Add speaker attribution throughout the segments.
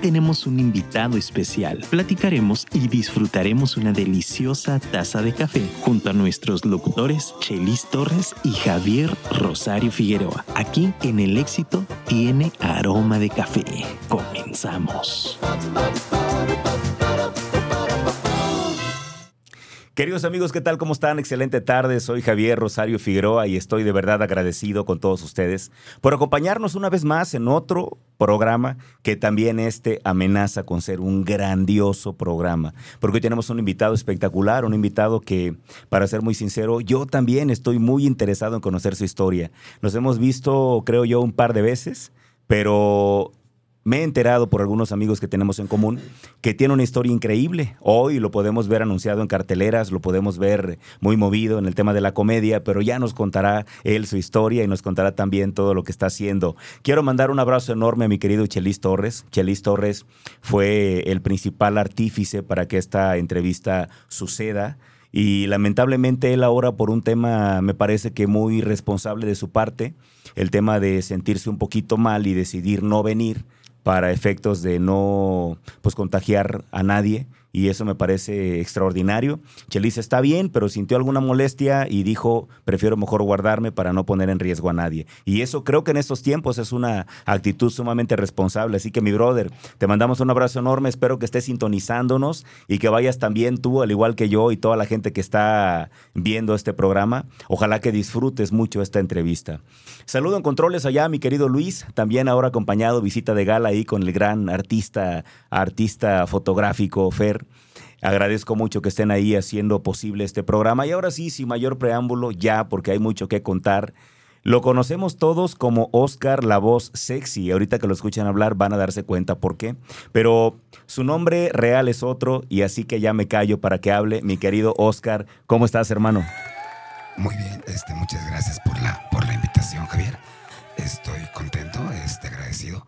Speaker 1: tenemos un invitado especial. Platicaremos y disfrutaremos una deliciosa taza de café junto a nuestros locutores Chelis Torres y Javier Rosario Figueroa. Aquí en El Éxito tiene aroma de café. Comenzamos.
Speaker 2: Queridos amigos, ¿qué tal? ¿Cómo están? Excelente tarde. Soy Javier Rosario Figueroa y estoy de verdad agradecido con todos ustedes por acompañarnos una vez más en otro programa que también este amenaza con ser un grandioso programa. Porque hoy tenemos un invitado espectacular, un invitado que, para ser muy sincero, yo también estoy muy interesado en conocer su historia. Nos hemos visto, creo yo, un par de veces, pero me he enterado por algunos amigos que tenemos en común que tiene una historia increíble. Hoy lo podemos ver anunciado en carteleras, lo podemos ver muy movido en el tema de la comedia, pero ya nos contará él su historia y nos contará también todo lo que está haciendo. Quiero mandar un abrazo enorme a mi querido Chelis Torres. Chelis Torres fue el principal artífice para que esta entrevista suceda. Y lamentablemente él ahora por un tema, me parece que muy responsable de su parte, el tema de sentirse un poquito mal y decidir no venir, para efectos de no pues contagiar a nadie y eso me parece extraordinario. Chelis está bien, pero sintió alguna molestia y dijo, prefiero mejor guardarme para no poner en riesgo a nadie. Y eso creo que en estos tiempos es una actitud sumamente responsable. Así que mi brother, te mandamos un abrazo enorme, espero que estés sintonizándonos y que vayas también tú, al igual que yo y toda la gente que está viendo este programa. Ojalá que disfrutes mucho esta entrevista. Saludo en controles allá, mi querido Luis, también ahora acompañado, visita de gala ahí con el gran artista, artista fotográfico Fer. Agradezco mucho que estén ahí haciendo posible este programa. Y ahora sí, sin mayor preámbulo, ya, porque hay mucho que contar. Lo conocemos todos como Oscar la voz sexy. Ahorita que lo escuchan hablar van a darse cuenta por qué. Pero su nombre real es otro y así que ya me callo para que hable mi querido Oscar. ¿Cómo estás, hermano?
Speaker 3: Muy bien, este, muchas gracias por la, por la invitación, Javier. Estoy contento, este, agradecido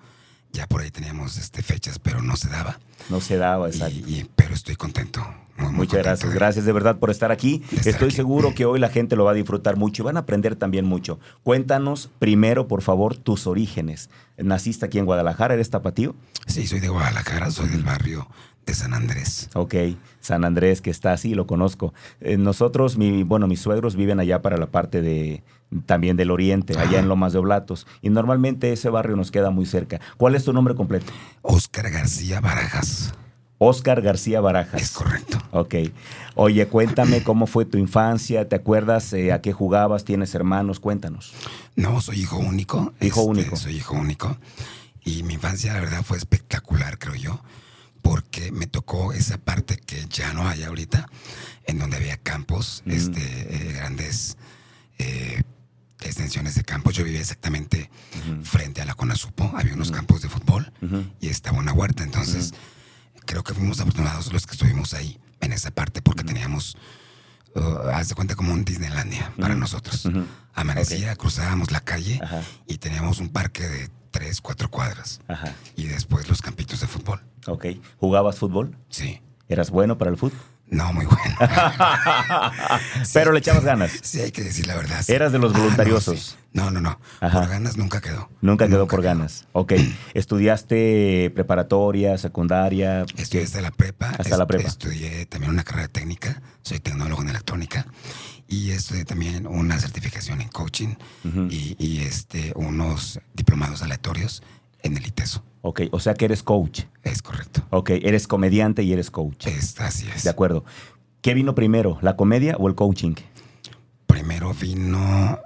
Speaker 3: ya por ahí teníamos este, fechas, pero no se daba.
Speaker 2: No se daba, exacto.
Speaker 3: Y, y, pero estoy contento. Muy, muy
Speaker 2: Muchas
Speaker 3: contento
Speaker 2: gracias,
Speaker 3: de-
Speaker 2: gracias de verdad por estar aquí.
Speaker 3: de estar
Speaker 2: Estoy
Speaker 3: aquí.
Speaker 2: seguro que hoy la gente lo va a disfrutar mucho y van a aprender también mucho. Cuéntanos primero, por favor, tus orígenes. ¿Naciste aquí en Guadalajara? ¿Eres tapatío?
Speaker 3: Sí, soy de Guadalajara, soy del barrio de San Andrés.
Speaker 2: Ok, San Andrés, que está así, lo conozco. Eh, nosotros, mi, bueno, mis suegros viven allá para la parte de también del oriente, allá
Speaker 3: Ajá.
Speaker 2: en Lomas de Oblatos. Y normalmente ese barrio nos queda muy cerca. ¿Cuál es tu nombre completo?
Speaker 3: Óscar García Barajas.
Speaker 2: Óscar García Barajas.
Speaker 3: Es correcto.
Speaker 2: Ok. Oye, cuéntame cómo fue tu infancia, ¿te acuerdas eh, a qué jugabas? ¿Tienes hermanos? Cuéntanos.
Speaker 3: No, soy hijo único.
Speaker 2: Hijo
Speaker 3: Este,
Speaker 2: único.
Speaker 3: Soy hijo único. Y mi infancia, la verdad, fue espectacular, creo yo, porque me tocó esa parte que ya no hay ahorita, en donde había campos,
Speaker 2: Mm.
Speaker 3: este, eh, grandes eh, extensiones de campos. Yo vivía exactamente frente a la Conasupo, había unos campos de fútbol
Speaker 2: Ujú.
Speaker 3: y estaba una huerta. Entonces, creo que fuimos afortunados los que estuvimos ahí, en esa parte, porque teníamos, uh, haz de cuenta, como un Disneylandia para nosotros.
Speaker 2: Ujú.
Speaker 3: Amanecía, cruzábamos la calle
Speaker 2: Ajá.
Speaker 3: y teníamos un parque de tres, cuatro cuadras.
Speaker 2: Ajá.
Speaker 3: Y después los campitos de fútbol.
Speaker 2: Ok. ¿Jugabas fútbol?
Speaker 3: Sí.
Speaker 2: ¿Eras bueno para el fútbol?
Speaker 3: No, muy bueno. Sí.
Speaker 2: Pero le echabas ganas.
Speaker 3: Sí, hay que decir la verdad. sí. Ah,
Speaker 2: Eras de los
Speaker 3: no,
Speaker 2: voluntariosos.
Speaker 3: sí. No, no, no.
Speaker 2: Ajá.
Speaker 3: Por ganas nunca quedó.
Speaker 2: Nunca quedó por ganas. Ok. ¿Estudiaste preparatoria, secundaria?
Speaker 3: Estudié hasta la prepa.
Speaker 2: Hasta la prepa.
Speaker 3: Estudié también una carrera técnica. Soy tecnólogo en electrónica. Y estudié también una certificación en coaching
Speaker 2: Ujú.
Speaker 3: y, y, este, unos diplomados aleatorios en el ITESO.
Speaker 2: Ok. O sea que eres coach.
Speaker 3: Es correcto.
Speaker 2: Ok. Eres comediante y eres coach.
Speaker 3: Es, así es.
Speaker 2: De acuerdo. ¿Qué vino primero, la comedia o el coaching?
Speaker 3: Primero vino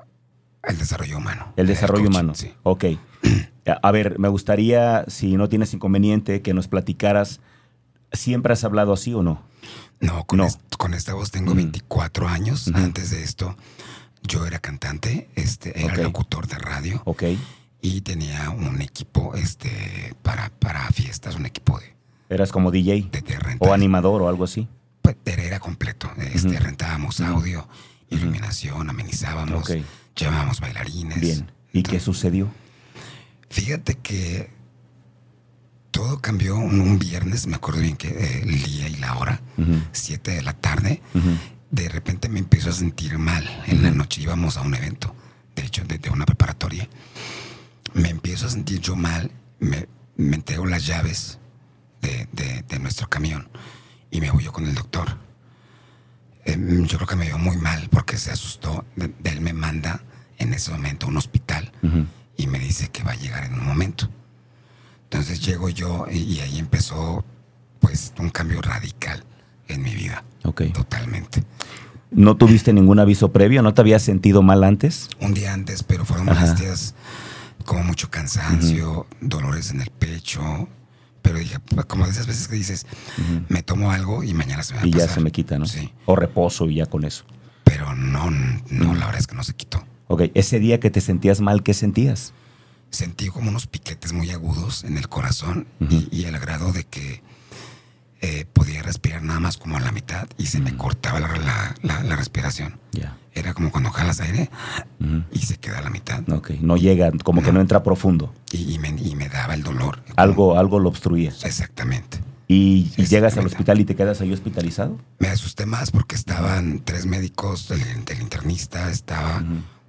Speaker 3: el desarrollo humano.
Speaker 2: El desarrollo
Speaker 3: coaching,
Speaker 2: humano.
Speaker 3: Sí.
Speaker 2: Ok. A a ver, me gustaría, si no tienes inconveniente, que nos platicaras. ¿Siempre has hablado así o no?
Speaker 3: No, con,
Speaker 2: No.
Speaker 3: es- con esta voz tengo
Speaker 2: Mm.
Speaker 3: 24 años.
Speaker 2: Ujú.
Speaker 3: Antes de esto, yo era cantante, este, era
Speaker 2: Ok.
Speaker 3: locutor de radio
Speaker 2: Ok.
Speaker 3: y tenía un equipo este, para, para fiestas, un equipo de,
Speaker 2: ¿Eras como DJ?
Speaker 3: de, de rentar.
Speaker 2: ¿O animador o algo así?
Speaker 3: Pues, pero era completo. Este,
Speaker 2: Ujú.
Speaker 3: Rentábamos
Speaker 2: Ujú.
Speaker 3: audio, iluminación, amenizábamos,
Speaker 2: Ok.
Speaker 3: llamábamos bailarines.
Speaker 2: Bien. ¿Y qué sucedió?
Speaker 3: Fíjate que todo cambió un, un viernes, me acuerdo bien que eh, el día y la hora,
Speaker 2: Ujú,
Speaker 3: 7 de la tarde.
Speaker 2: ujú.
Speaker 3: De repente me empiezo a sentir mal. En la noche íbamos a un evento, de hecho, de, de una preparatoria. Me empiezo a sentir yo mal, me, me entrego las llaves de, de- de nuestro camión y me huyó con el doctor. Eh, yo creo que me vio muy mal porque se asustó. De- de él me manda en ese momento a un hospital y me dice que va a llegar en un momento. Entonces llego yo y, y ahí empezó pues un cambio radical en mi vida.
Speaker 2: Ok.
Speaker 3: Totalmente.
Speaker 2: ¿No tuviste ningún aviso previo? ¿No te habías sentido mal antes?
Speaker 3: Un día antes, pero fueron
Speaker 2: Ajá.
Speaker 3: molestias como mucho cansancio, dolores en el pecho. Pero dije, pues, como de esas veces que dices, me tomo algo y mañana se me va a
Speaker 2: Y ya
Speaker 3: pasar.
Speaker 2: se me quita, ¿no?
Speaker 3: Sí.
Speaker 2: O reposo y ya con eso.
Speaker 3: Pero no, no, la verdad es que no se quitó.
Speaker 2: Ok, ese día que te sentías mal, ¿qué sentías?
Speaker 3: sentí como unos piquetes muy agudos en el corazón y, y al grado de que eh, podía respirar nada más como a la mitad y se me cortaba la, la- la- la respiración.
Speaker 2: Ya.
Speaker 3: Era como cuando jalas aire y se queda a la mitad.
Speaker 2: Ok, no llega, como que no entra profundo.
Speaker 3: Y, y me, y me daba el dolor.
Speaker 2: Algo, algo lo obstruía.
Speaker 3: Exactamente.
Speaker 2: Y, y
Speaker 3: Exactamente.
Speaker 2: llegas al hospital y te quedas ahí hospitalizado.
Speaker 3: Me asusté más porque estaban tres médicos, el, el internista, estaba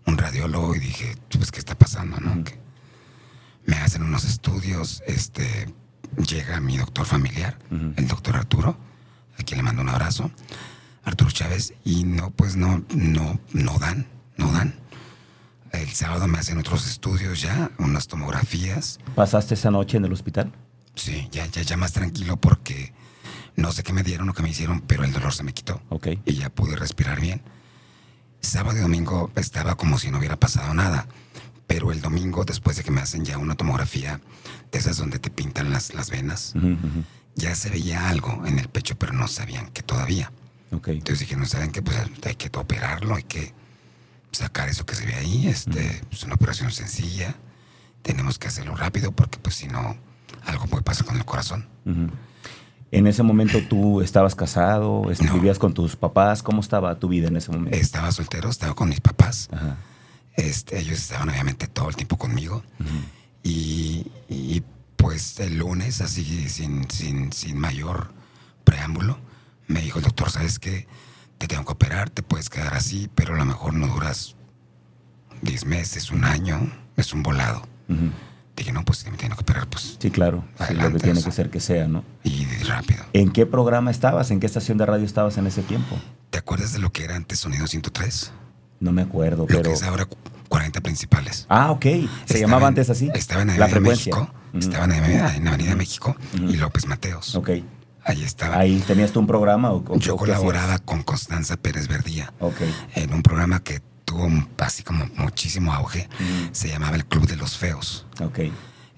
Speaker 3: un radiólogo y dije, pues, ¿qué está pasando? no? Que me hacen unos estudios, este, llega mi doctor familiar, el doctor Arturo, a quien le mando un abrazo, Arturo Chávez, y no, pues no, no, no dan, no dan. El sábado me hacen otros estudios ya, unas tomografías,
Speaker 2: ¿Pasaste esa noche en el hospital?
Speaker 3: Sí, ya, ya, ya más tranquilo porque no sé qué me dieron o qué me hicieron, pero el dolor se me quitó.
Speaker 2: Ok.
Speaker 3: Y ya pude respirar bien. Sábado y domingo estaba como si no hubiera pasado nada. Pero el domingo, después de que me hacen ya una tomografía, de esas donde te pintan las, las venas,
Speaker 2: Ujú, ujú.
Speaker 3: ya se veía algo en el pecho, pero no sabían que todavía.
Speaker 2: Ok.
Speaker 3: Entonces dije, no saben que pues hay que operarlo, hay que sacar eso que se ve ahí. Este, Es una operación sencilla. Tenemos que hacerlo rápido porque pues si no, algo puede pasar con el corazón.
Speaker 2: Ujú. En ese momento tú estabas casado, Est-
Speaker 3: No.
Speaker 2: vivías con tus papás. ¿Cómo estaba tu vida en ese momento?
Speaker 3: Estaba soltero, estaba con mis papás.
Speaker 2: Ajá.
Speaker 3: Este, ellos estaban obviamente todo el tiempo conmigo.
Speaker 2: Ujú.
Speaker 3: Y, y, pues el lunes, así sin, sin, sin mayor preámbulo, me dijo el doctor, ¿sabes qué? Te tengo que operar, te puedes quedar así, pero a lo mejor no duras 10 meses, un año, es un volado.
Speaker 2: Ujú.
Speaker 3: Dije, no, pues si me tengo que operar, pues...
Speaker 2: Sí, claro. Sí, lo
Speaker 3: Adelante,
Speaker 2: que tiene
Speaker 3: o sea.
Speaker 2: que ser que sea, ¿no?
Speaker 3: Y rápido.
Speaker 2: ¿En qué programa estabas? ¿En qué estación de radio estabas en ese tiempo?
Speaker 3: ¿Te acuerdas de lo que era antes Sonido 103?
Speaker 2: No me acuerdo,
Speaker 3: Lo
Speaker 2: pero.
Speaker 3: que es ahora cu- 40 principales.
Speaker 2: Ah, ok. Se
Speaker 3: Estaba
Speaker 2: llamaba
Speaker 3: en-
Speaker 2: antes así.
Speaker 3: Estaba en
Speaker 2: La
Speaker 3: Avenida
Speaker 2: frecuencia.
Speaker 3: México.
Speaker 2: Ujú.
Speaker 3: Estaba en Avenida, en Avenida México y López Mateos.
Speaker 2: Ok.
Speaker 3: Ahí estaba.
Speaker 2: Ahí tenías tú un programa o, o-
Speaker 3: Yo
Speaker 2: o qué
Speaker 3: colaboraba con Constanza Pérez Verdía
Speaker 2: hacías? Ok.
Speaker 3: en un programa que tuvo un- así como muchísimo auge. Se llamaba El Club de los Feos.
Speaker 2: Ok.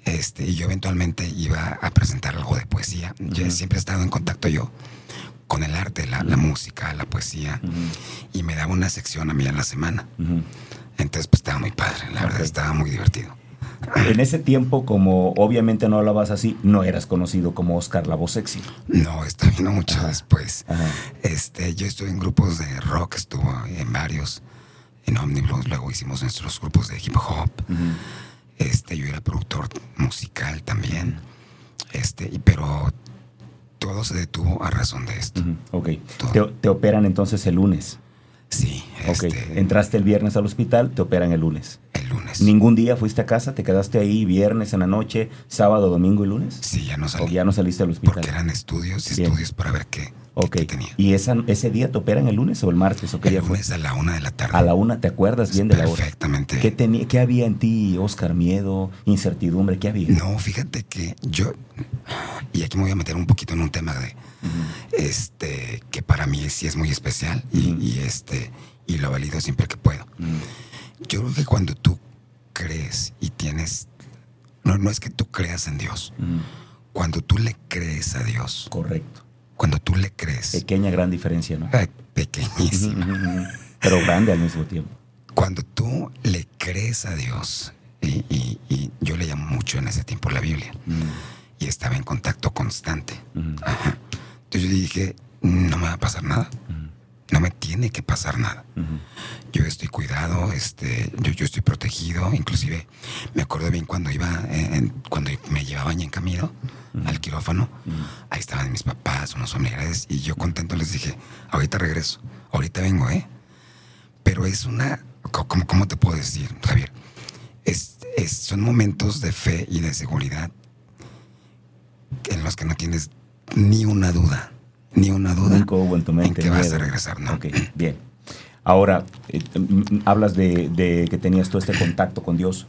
Speaker 3: Este, y yo eventualmente iba a presentar algo de poesía. Yo siempre he estado en contacto yo con el arte, la, la música, la poesía. Y me daba una sección a mí a la semana.
Speaker 2: Ujú.
Speaker 3: Entonces, pues estaba muy padre. La verdad,
Speaker 2: Ok.
Speaker 3: estaba muy divertido.
Speaker 2: En ese tiempo, como obviamente no hablabas así, no eras conocido como Oscar la voz sexy.
Speaker 3: No, esto vino mucho después.
Speaker 2: Ajá.
Speaker 3: Este, yo estuve en grupos de rock, estuvo en varios, en Omnibus, luego hicimos nuestros grupos de hip hop.
Speaker 2: Mm.
Speaker 3: Este, yo era productor musical también. Este, y- pero todo se detuvo a razón de esto.
Speaker 2: Ujú. Ok. Te, te operan entonces el lunes.
Speaker 3: Sí,
Speaker 2: Ok.
Speaker 3: este,
Speaker 2: Entraste el viernes al hospital, te operan el lunes.
Speaker 3: el lunes.
Speaker 2: ¿Ningún día fuiste a casa? ¿Te quedaste ahí viernes en la noche, sábado, domingo y lunes?
Speaker 3: sí, ya no
Speaker 2: ¿O
Speaker 3: salí.
Speaker 2: ya no saliste al hospital?
Speaker 3: Porque eran estudios y
Speaker 2: Bien.
Speaker 3: estudios para ver qué, qué-
Speaker 2: Ok.
Speaker 3: qué tenía.
Speaker 2: ¿Y esa, ese día te operan el lunes o el martes? ¿O qué
Speaker 3: el
Speaker 2: día fue?
Speaker 3: lunes a la una de la tarde.
Speaker 2: A la una, ¿te acuerdas bien de la hora?
Speaker 3: Perfectamente.
Speaker 2: ¿Qué, tenía, ¿Qué había en ti, Oscar? ¿Miedo? ¿Incertidumbre? ¿Qué había?
Speaker 3: No, fíjate que yo, y aquí me voy a meter un poquito en un tema de, este, que para mí sí es muy especial y,
Speaker 2: Ujú.
Speaker 3: y, este, y lo valido siempre que puedo.
Speaker 2: Mm,
Speaker 3: Yo creo que cuando tú crees y tienes, no, no es que tú creas en Dios,
Speaker 2: mm,
Speaker 3: cuando tú le crees a Dios,
Speaker 2: Correcto.
Speaker 3: cuando tú le crees,
Speaker 2: Pequeña, gran diferencia, ¿no?
Speaker 3: ay, pequeñísimo,
Speaker 2: Ujú, ujú, ujú. Pero grande al mismo tiempo.
Speaker 3: cuando tú le crees a Dios, y, y- y yo leía mucho en ese tiempo la Biblia
Speaker 2: Mm,
Speaker 3: y estaba en contacto constante.
Speaker 2: ujú,
Speaker 3: Ajá. Entonces yo dije, no me va a pasar nada. No me tiene que pasar nada.
Speaker 2: ujú.
Speaker 3: Yo estoy cuidado, este, yo, yo estoy protegido. Inclusive me acuerdo bien cuando iba, eh, en- cuando me llevaban en camino al quirófano, ahí estaban mis papás, unos familiares, y yo contento les dije, ahorita regreso, ahorita vengo, ¿eh? Pero es una, co- ¿cómo, cómo te puedo decir, Javier? Es, es- son momentos de fe y de seguridad en los que no tienes ni una duda, ni una duda
Speaker 2: Nunca hubo en tu
Speaker 3: en
Speaker 2: mente
Speaker 3: que vas
Speaker 2: miedo.
Speaker 3: a regresar, ¿no?
Speaker 2: Ok, bien. Ahora, eh, mm, hablas de, de que tenías todo este contacto con Dios.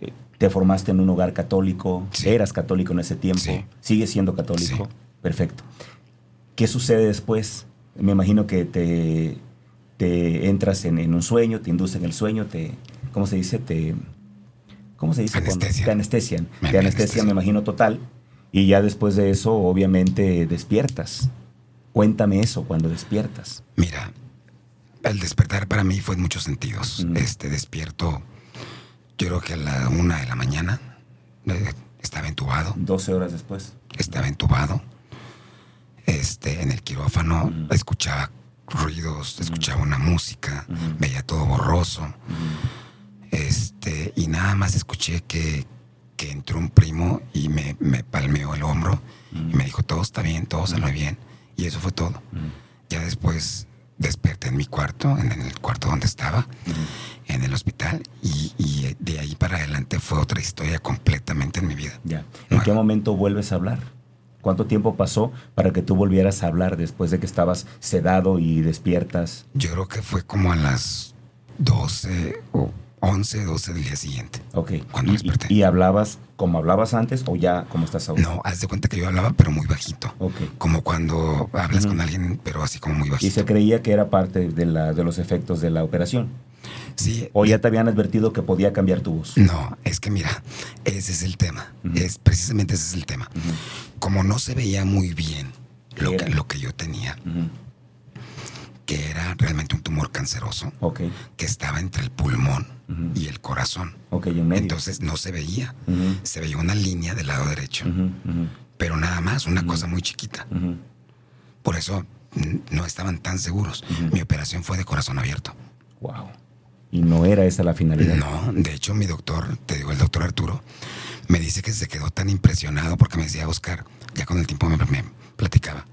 Speaker 2: Eh, Te formaste en un hogar católico,
Speaker 3: Sí.
Speaker 2: eras católico en ese tiempo,
Speaker 3: Sí.
Speaker 2: sigues siendo católico.
Speaker 3: Sí.
Speaker 2: Perfecto. ¿Qué sucede después? Me imagino que te, te entras en, en un sueño, te inducen el sueño, te. ¿Cómo se dice? Te. ¿Cómo se dice? cuando
Speaker 3: Anestesian.
Speaker 2: Te anestesian.
Speaker 3: Me-
Speaker 2: te
Speaker 3: me
Speaker 2: anestesian,
Speaker 3: anestesian.
Speaker 2: me imagino, total. Y ya después de eso, obviamente, despiertas. Cuéntame eso cuando despiertas.
Speaker 3: Mira, el despertar para mí fue en muchos sentidos.
Speaker 2: Ujú.
Speaker 3: Este despierto, yo creo que a la una de la mañana eh, estaba entubado,
Speaker 2: 12 horas después.
Speaker 3: estaba entubado. Este, en el quirófano
Speaker 2: Ujú.
Speaker 3: escuchaba ruidos, escuchaba una música,
Speaker 2: Ujú.
Speaker 3: veía todo borroso. Mm, Este, y nada más escuché que, que entró un primo y me, me palmeó el hombro y me dijo, todo está bien, todo salió bien. Y eso fue todo. Ya después desperté en mi cuarto, en el cuarto donde estaba,
Speaker 2: Mm,
Speaker 3: en el hospital, y, y de ahí para adelante fue otra historia completamente en mi vida.
Speaker 2: Ya. ¿En qué momento vuelves a hablar? ¿Cuánto tiempo pasó para que tú volvieras a hablar después de que estabas sedado y despiertas?
Speaker 3: Yo creo que fue como a las 12 o 11, 12 del día siguiente.
Speaker 2: Ok.
Speaker 3: Cuando
Speaker 2: y,
Speaker 3: desperté.
Speaker 2: y- y hablabas como hablabas antes o ya como estás ahora?
Speaker 3: No, haz de cuenta que yo hablaba, pero muy bajito.
Speaker 2: Ok.
Speaker 3: Como cuando hablas
Speaker 2: Ujú.
Speaker 3: con alguien, pero así como muy
Speaker 2: Y
Speaker 3: bajito.
Speaker 2: se creía que era parte de, la, de los efectos de la operación.
Speaker 3: Sí,
Speaker 2: ¿O ya te habían advertido que podía cambiar tu voz?
Speaker 3: no, es que mira, ese es el tema.
Speaker 2: Ujú.
Speaker 3: Es precisamente ese es el tema. Como no se veía muy bien lo
Speaker 2: Era.
Speaker 3: que, lo que yo tenía,
Speaker 2: Ujú.
Speaker 3: que era realmente un tumor canceroso
Speaker 2: Ok.
Speaker 3: que estaba entre el pulmón
Speaker 2: Ujú.
Speaker 3: y el corazón.
Speaker 2: Ok, en medio.
Speaker 3: Entonces no se veía.
Speaker 2: Ujú,
Speaker 3: Se veía una línea del lado derecho,
Speaker 2: ujú, ujú,
Speaker 3: pero nada más, una cosa muy chiquita.
Speaker 2: ujú.
Speaker 3: Por eso mm, no estaban tan seguros.
Speaker 2: Ujú.
Speaker 3: Mi operación fue de corazón abierto.
Speaker 2: Wow. Y no era esa la finalidad.
Speaker 3: No, de hecho mi doctor, te digo, el doctor Arturo, me dice que se quedó tan impresionado porque me decía, Oscar, ya con el tiempo me, me platicaba.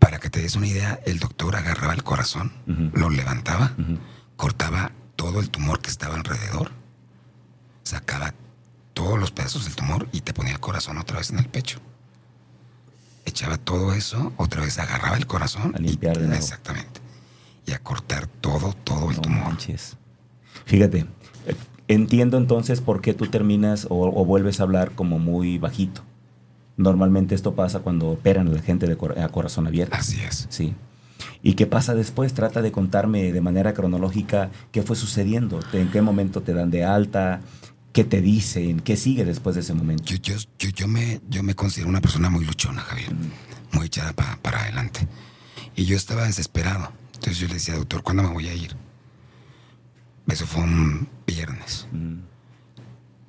Speaker 3: Para que te des una idea, el doctor agarraba el corazón,
Speaker 2: Ujú.
Speaker 3: lo levantaba,
Speaker 2: Ujú.
Speaker 3: cortaba todo el tumor que estaba alrededor, sacaba todos los pedazos del tumor y te ponía el corazón otra vez en el pecho. Echaba todo eso, otra vez agarraba el corazón.
Speaker 2: A limpiar
Speaker 3: y,
Speaker 2: de nuevo.
Speaker 3: Exactamente. Y a cortar todo, todo el
Speaker 2: No
Speaker 3: tumor.
Speaker 2: manches. Fíjate, eh, entiendo entonces por qué tú terminas o, o vuelves a hablar como muy bajito. Normalmente esto pasa cuando operan a la gente de cor- a corazón abierto.
Speaker 3: Así es.
Speaker 2: Sí. ¿Y qué pasa después? Trata de contarme de manera cronológica qué fue sucediendo, te- en qué momento te dan de alta, qué te dicen, qué sigue después de ese momento.
Speaker 3: Yo, yo, yo, yo me, yo me considero una persona muy luchona, Javier. Muy echada pa- para adelante. Y yo estaba desesperado. Entonces yo le decía, doctor, ¿cuándo me voy a ir? Eso fue un viernes.
Speaker 2: Mm,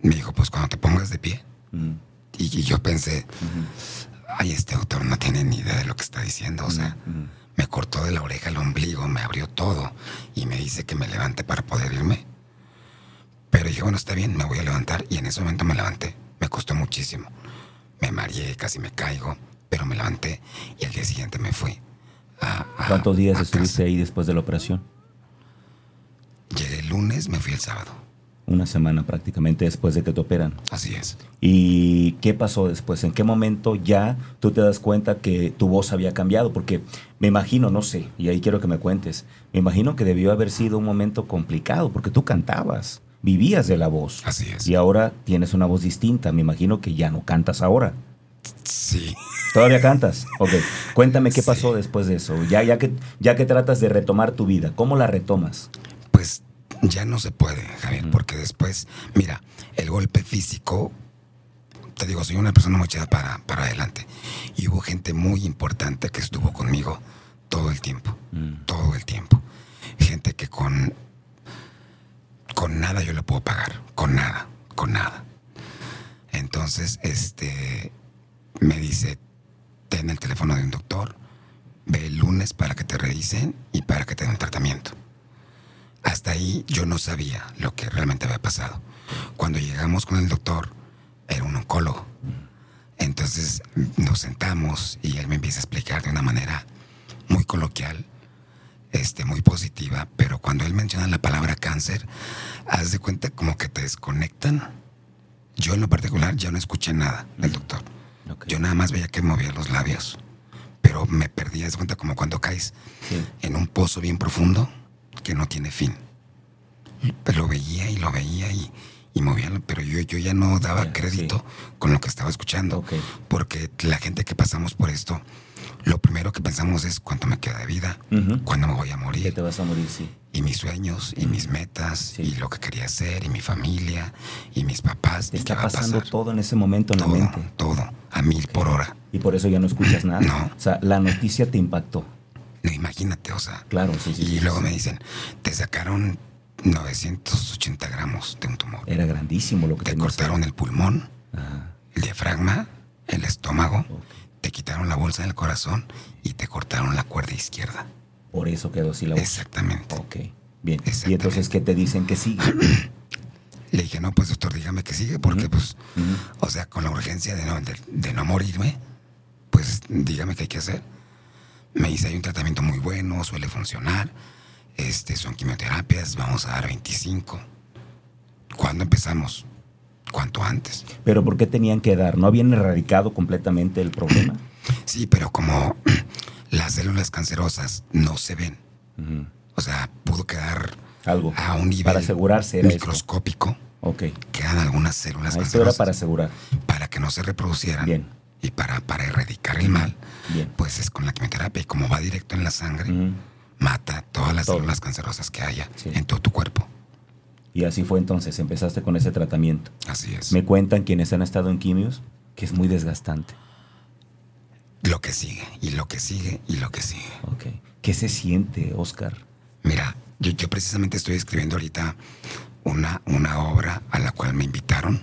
Speaker 3: Me dijo, pues cuando te pongas de pie.
Speaker 2: mm,
Speaker 3: Y, y yo pensé,
Speaker 2: ujú,
Speaker 3: ay, este doctor no tiene ni idea de lo que está diciendo. O sea,
Speaker 2: mm,
Speaker 3: me cortó de la oreja el ombligo, me abrió todo y me dice que me levante para poder irme. Pero dije, bueno, está bien, me voy a levantar. Y en ese momento me levanté. Me costó muchísimo. Me mareé, casi me caigo, pero me levanté y al día siguiente me fui. a- a-
Speaker 2: ¿Cuántos días
Speaker 3: a
Speaker 2: estuviste ahí después de la operación?
Speaker 3: casa. Llegué el lunes, me fui el sábado.
Speaker 2: Una semana prácticamente después de que te operan.
Speaker 3: Así es.
Speaker 2: ¿Y qué pasó después? ¿En qué momento ya tú te das cuenta que tu voz había cambiado? Porque me imagino, no sé, y ahí quiero que me cuentes, me imagino que debió haber sido un momento complicado porque tú cantabas, vivías de la voz.
Speaker 3: Así es.
Speaker 2: Y ahora tienes una voz distinta, me imagino que ya no cantas ahora.
Speaker 3: Sí.
Speaker 2: ¿Todavía cantas? Ok, cuéntame qué pasó
Speaker 3: Sí.
Speaker 2: después de eso, ya, ya, que, ya que tratas de retomar tu vida, ¿cómo la retomas?
Speaker 3: Pues ya no se puede, Javier, porque después, mira, el golpe físico, te digo, soy una persona muy echada para, para adelante. Y hubo gente muy importante que estuvo conmigo todo el tiempo, todo el tiempo. Gente que con, con nada yo le puedo pagar, con nada, con nada. Entonces, este, me dice, ten el teléfono de un doctor, ve el lunes para que te revisen y para que te den tratamiento. Hasta ahí yo no sabía lo que realmente había pasado. Cuando llegamos con el doctor, era un oncólogo. Entonces nos sentamos y él me empieza a explicar de una manera muy coloquial, este, muy positiva, pero cuando él menciona la palabra cáncer, haz de cuenta como que te desconectan. Yo en lo particular ya no escuché nada del doctor.
Speaker 2: Ok.
Speaker 3: Yo nada más veía que movía los labios, pero me perdía, es cuenta como cuando caes
Speaker 2: Sí.
Speaker 3: en un pozo bien profundo que no tiene fin. Pero lo veía y lo veía y, y movía, lo- pero yo, yo ya no daba
Speaker 2: Ya,
Speaker 3: crédito con lo que estaba escuchando,
Speaker 2: Ok.
Speaker 3: porque la gente que pasamos por esto, lo primero que pensamos es cuánto me queda de vida,
Speaker 2: Ujú.
Speaker 3: cuándo me voy a
Speaker 2: Que
Speaker 3: morir,
Speaker 2: te vas a morir, sí.
Speaker 3: y mis sueños, y mis metas,
Speaker 2: Sí.
Speaker 3: y lo que quería hacer, y mi familia, y mis papás,
Speaker 2: Te
Speaker 3: y qué
Speaker 2: está
Speaker 3: va a
Speaker 2: pasando
Speaker 3: pasar.
Speaker 2: todo en ese momento en la
Speaker 3: Todo,
Speaker 2: mente.
Speaker 3: todo, a mil por hora.
Speaker 2: Y por eso ya no escuchas nada.
Speaker 3: No.
Speaker 2: O sea, la noticia te impactó.
Speaker 3: No, imagínate, o sea.
Speaker 2: Claro, sí, sí. sí,
Speaker 3: Y luego
Speaker 2: sí.
Speaker 3: me dicen, te sacaron 980 gramos de un tumor.
Speaker 2: Era grandísimo lo que
Speaker 3: Te
Speaker 2: tenías ahí.
Speaker 3: cortaron el pulmón,
Speaker 2: Ajá.
Speaker 3: el diafragma, el estómago,
Speaker 2: Ok.
Speaker 3: te quitaron la bolsa del corazón y te cortaron la cuerda izquierda.
Speaker 2: Por eso quedó así la voz.
Speaker 3: Exactamente.
Speaker 2: Ok, bien. Y
Speaker 3: Exactamente.
Speaker 2: entonces, ¿qué te dicen que sigue?
Speaker 3: Le dije, no, pues doctor, dígame que sigue, porque pues,
Speaker 2: Ujú.
Speaker 3: o sea, con la urgencia de no, de, de no morirme, pues dígame qué hay que hacer. Me dice, hay un tratamiento muy bueno, suele funcionar, este, son quimioterapias, vamos a dar 25. ¿Cuándo empezamos? ¿Cuánto antes?
Speaker 2: Pero ¿por qué tenían que dar? ¿No habían erradicado completamente el problema?
Speaker 3: Sí, pero como las células cancerosas no se ven,
Speaker 2: Ujú.
Speaker 3: o sea, pudo quedar
Speaker 2: Algo.
Speaker 3: a un nivel
Speaker 2: Para asegurarse era esto.
Speaker 3: microscópico,
Speaker 2: Ok.
Speaker 3: quedan algunas células
Speaker 2: Ah, esto era
Speaker 3: cancerosas
Speaker 2: para asegurar.
Speaker 3: para que no se reproducieran.
Speaker 2: Bien,
Speaker 3: Y para, para erradicar el mal,
Speaker 2: bien.
Speaker 3: pues es con la quimioterapia. Y como va directo en la sangre,
Speaker 2: Ujú.
Speaker 3: mata todas las
Speaker 2: Mm. Todo.
Speaker 3: células cancerosas que haya
Speaker 2: Sí.
Speaker 3: en todo tu cuerpo.
Speaker 2: Y así fue entonces, empezaste con ese tratamiento.
Speaker 3: Así es.
Speaker 2: Me cuentan quienes han estado en quimios que es muy desgastante.
Speaker 3: Lo que sigue, y lo que sigue, y lo que sigue.
Speaker 2: Ok. ¿Qué se siente, Oscar?
Speaker 3: Mira, yo, yo precisamente estoy escribiendo ahorita una, una obra a la cual me invitaron.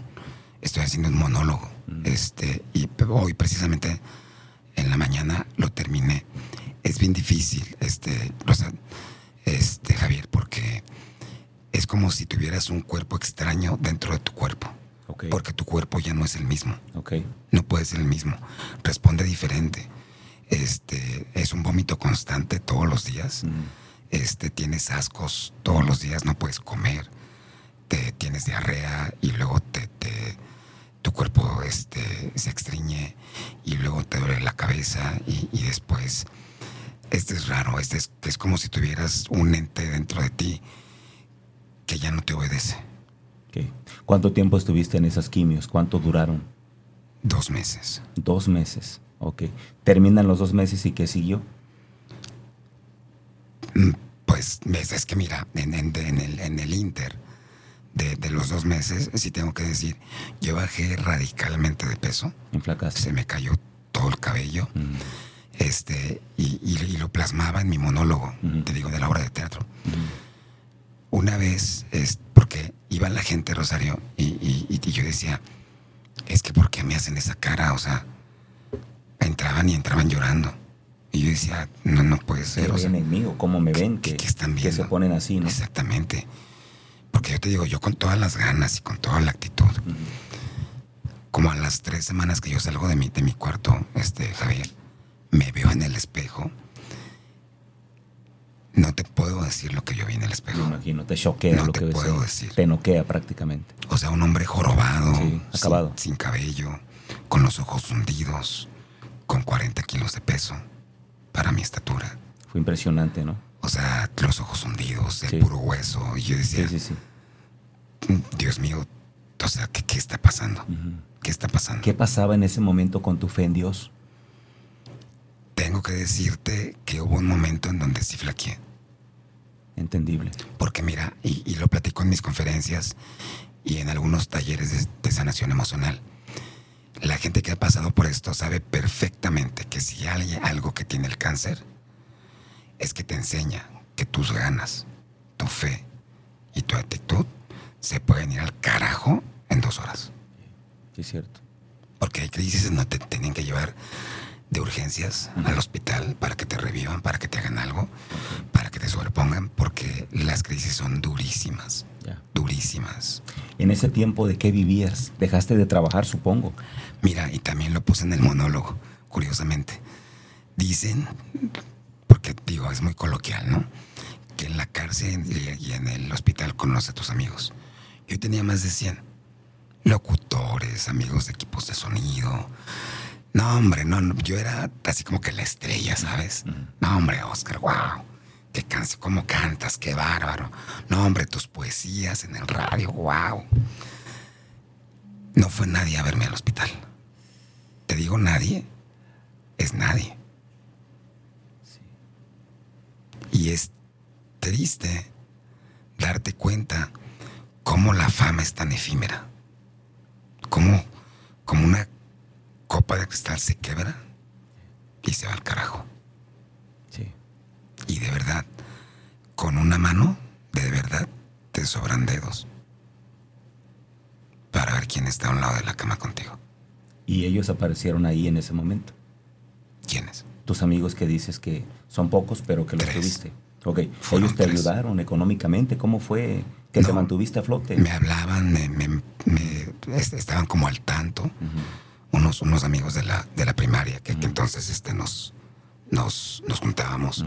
Speaker 3: Estoy haciendo un monólogo. Este, y pe- hoy precisamente en la mañana lo terminé. Es bien difícil, este, Rosa- este, Javier, porque es como si tuvieras un cuerpo extraño dentro de tu cuerpo.
Speaker 2: Ok.
Speaker 3: Porque tu cuerpo ya no es el mismo
Speaker 2: Ok.
Speaker 3: no puede ser el mismo. Responde diferente. Este, es un vómito constante todos los días.
Speaker 2: Mm,
Speaker 3: Este, tienes ascos todos los días, no puedes comer. Te tienes diarrea y luego te, te- tu cuerpo este, se extriñe y luego te duele la cabeza y, y después este es raro, este es, es como si tuvieras un ente dentro de ti que ya no te obedece.
Speaker 2: Ok. ¿Cuánto tiempo estuviste en esas quimios? ¿Cuánto duraron?
Speaker 3: Dos meses.
Speaker 2: Dos meses. Ok. Terminan los dos meses y ¿qué siguió?
Speaker 3: Mm, Pues ves, es que mira, en, en- en el, en el Inter de, de los dos meses, sí tengo que decir, yo bajé radicalmente de peso,
Speaker 2: Enflacaste.
Speaker 3: se me cayó todo el cabello,
Speaker 2: Mm.
Speaker 3: este, y, y- y lo plasmaba en mi monólogo,
Speaker 2: Ujú.
Speaker 3: te digo, de la obra de teatro.
Speaker 2: Ujú.
Speaker 3: Una vez, es porque iba la gente, Rosario, y, y- y- y yo decía, es que ¿por qué me hacen esa cara? O sea, entraban y entraban llorando. Y yo decía, no, no puede ser.
Speaker 2: ¿Qué
Speaker 3: o sea,
Speaker 2: ven en mí o cómo me ven?
Speaker 3: ¿Qué-
Speaker 2: Que,
Speaker 3: qué están
Speaker 2: que se
Speaker 3: viendo?
Speaker 2: ponen así, ¿no?
Speaker 3: Exactamente. Porque yo te digo, yo con todas las ganas y con toda la actitud,
Speaker 2: Ujú.
Speaker 3: como a las tres semanas que yo salgo de mi, de mi cuarto, este, Javier, me veo en el espejo. No te puedo decir lo que yo vi en el
Speaker 2: Me
Speaker 3: espejo.
Speaker 2: imagino, te choquea
Speaker 3: No
Speaker 2: lo
Speaker 3: te
Speaker 2: que ves.
Speaker 3: puedo
Speaker 2: ahí.
Speaker 3: decir.
Speaker 2: Te noquea prácticamente.
Speaker 3: O sea, un hombre jorobado,
Speaker 2: Sí, acabado.
Speaker 3: Sin, sin cabello, con los ojos hundidos, con 40 kilos de peso para mi estatura.
Speaker 2: Fue impresionante, ¿no?
Speaker 3: O sea, los ojos hundidos, el
Speaker 2: Sí.
Speaker 3: puro hueso. Y yo decía, "Mm,
Speaker 2: Sí, sí, sí.
Speaker 3: Dios mío, o sea, ¿qué, qué está pasando?
Speaker 2: Ujú.
Speaker 3: ¿Qué está pasando?
Speaker 2: ¿Qué pasaba en ese momento con tu fe en Dios?
Speaker 3: Tengo que decirte que hubo un momento en donde sí flaqueé.
Speaker 2: Entendible.
Speaker 3: Porque mira, y, y lo platico en mis conferencias y en algunos talleres de, de sanación emocional. La gente que ha pasado por esto sabe perfectamente que si hay algo que tiene el cáncer, es que te enseña que tus ganas, tu fe y tu actitud se pueden ir al carajo en dos horas.
Speaker 2: Sí, es cierto.
Speaker 3: Porque hay crisis no te tienen que llevar de urgencias al hospital para que te revivan, para que te hagan algo, para que te sobrepongan, porque las crisis son durísimas,
Speaker 2: Ya.
Speaker 3: durísimas.
Speaker 2: En ese tiempo, ¿de qué vivías? Dejaste de trabajar, supongo.
Speaker 3: Mira, y también lo puse en el monólogo, curiosamente. Dicen, porque digo, es muy coloquial, ¿no? Que en la cárcel y y en el hospital conoce a tus amigos. Yo tenía más de 100. Locutores, amigos de equipos de sonido, No, hombre, no, no, yo era así como que la estrella, ¿sabes? No, hombre, Oscar, wow. Qué canso, cómo cantas, qué bárbaro. No, hombre, tus poesías en el radio, wow. No fue nadie a verme al hospital. Te digo nadie, es nadie. Y es triste darte cuenta cómo la fama es tan efímera. Cómo, como una copa de cristal se quebra y se va al carajo.
Speaker 2: Sí.
Speaker 3: Y de verdad, con una mano, de verdad, te sobran dedos para ver quién está a un lado de la cama contigo.
Speaker 2: Y ellos aparecieron ahí en ese momento.
Speaker 3: ¿Quién es?
Speaker 2: Tus amigos que dices que son pocos, pero que los
Speaker 3: Tres.
Speaker 2: tuviste. Ok,
Speaker 3: Fueron
Speaker 2: ellos te
Speaker 3: tres.
Speaker 2: ayudaron económicamente. ¿Cómo fue que te
Speaker 3: No.
Speaker 2: mantuviste a flote?
Speaker 3: Me hablaban, me, me- me- est- estaban como al tanto
Speaker 2: Ujú.
Speaker 3: unos, unos amigos de la, de la primaria que, que
Speaker 2: Ujú.
Speaker 3: entonces este, nos, nos, nos juntábamos.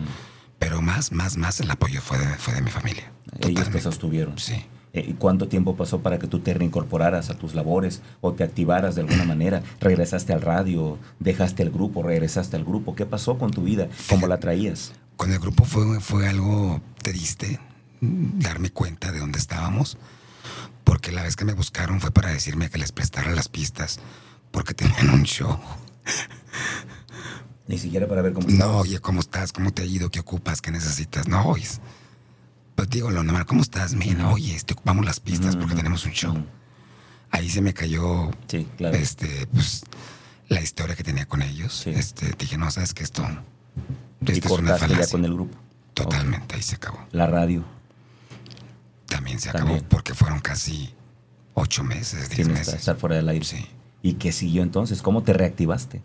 Speaker 3: Pero más, más, más el apoyo fue de, fue de mi familia.
Speaker 2: Ellos te
Speaker 3: Totalmente.
Speaker 2: sostuvieron.
Speaker 3: Sí.
Speaker 2: Eh, ¿y ¿Cuánto tiempo pasó para que tú te reincorporaras a tus labores o te activaras de alguna manera? ¿Regresaste al radio? ¿Dejaste el grupo? ¿Regresaste al grupo? ¿Qué pasó con tu vida? ¿Cómo la traías?
Speaker 3: Con el grupo fue, fue algo triste mm, darme cuenta de dónde estábamos, porque la vez que me buscaron fue para decirme que les prestara las pistas, porque tenían un show.
Speaker 2: Ni siquiera para ver cómo
Speaker 3: No,
Speaker 2: estabas.
Speaker 3: oye, ¿cómo estás? ¿Cómo te ha ido? ¿Qué ocupas? ¿Qué necesitas? No, oye. Pues digo, lo normal, ¿cómo estás? Mira, oye, te ocupamos las pistas porque
Speaker 2: Ujú.
Speaker 3: tenemos un show.
Speaker 2: Ujú.
Speaker 3: Ahí se me cayó
Speaker 2: Sí, claro.
Speaker 3: este, pues, la historia que tenía con ellos.
Speaker 2: Sí.
Speaker 3: Este, dije, no, sabes que esto,
Speaker 2: y
Speaker 3: esto Este es una
Speaker 2: cortaste ya
Speaker 3: falacia.
Speaker 2: con el grupo.
Speaker 3: Totalmente, ahí se acabó.
Speaker 2: Ok. La radio.
Speaker 3: También se acabó
Speaker 2: También.
Speaker 3: porque fueron casi ocho meses, diez
Speaker 2: sin estar,
Speaker 3: meses.
Speaker 2: estar fuera del aire.
Speaker 3: Sí.
Speaker 2: ¿Y qué siguió entonces? ¿Cómo te reactivaste?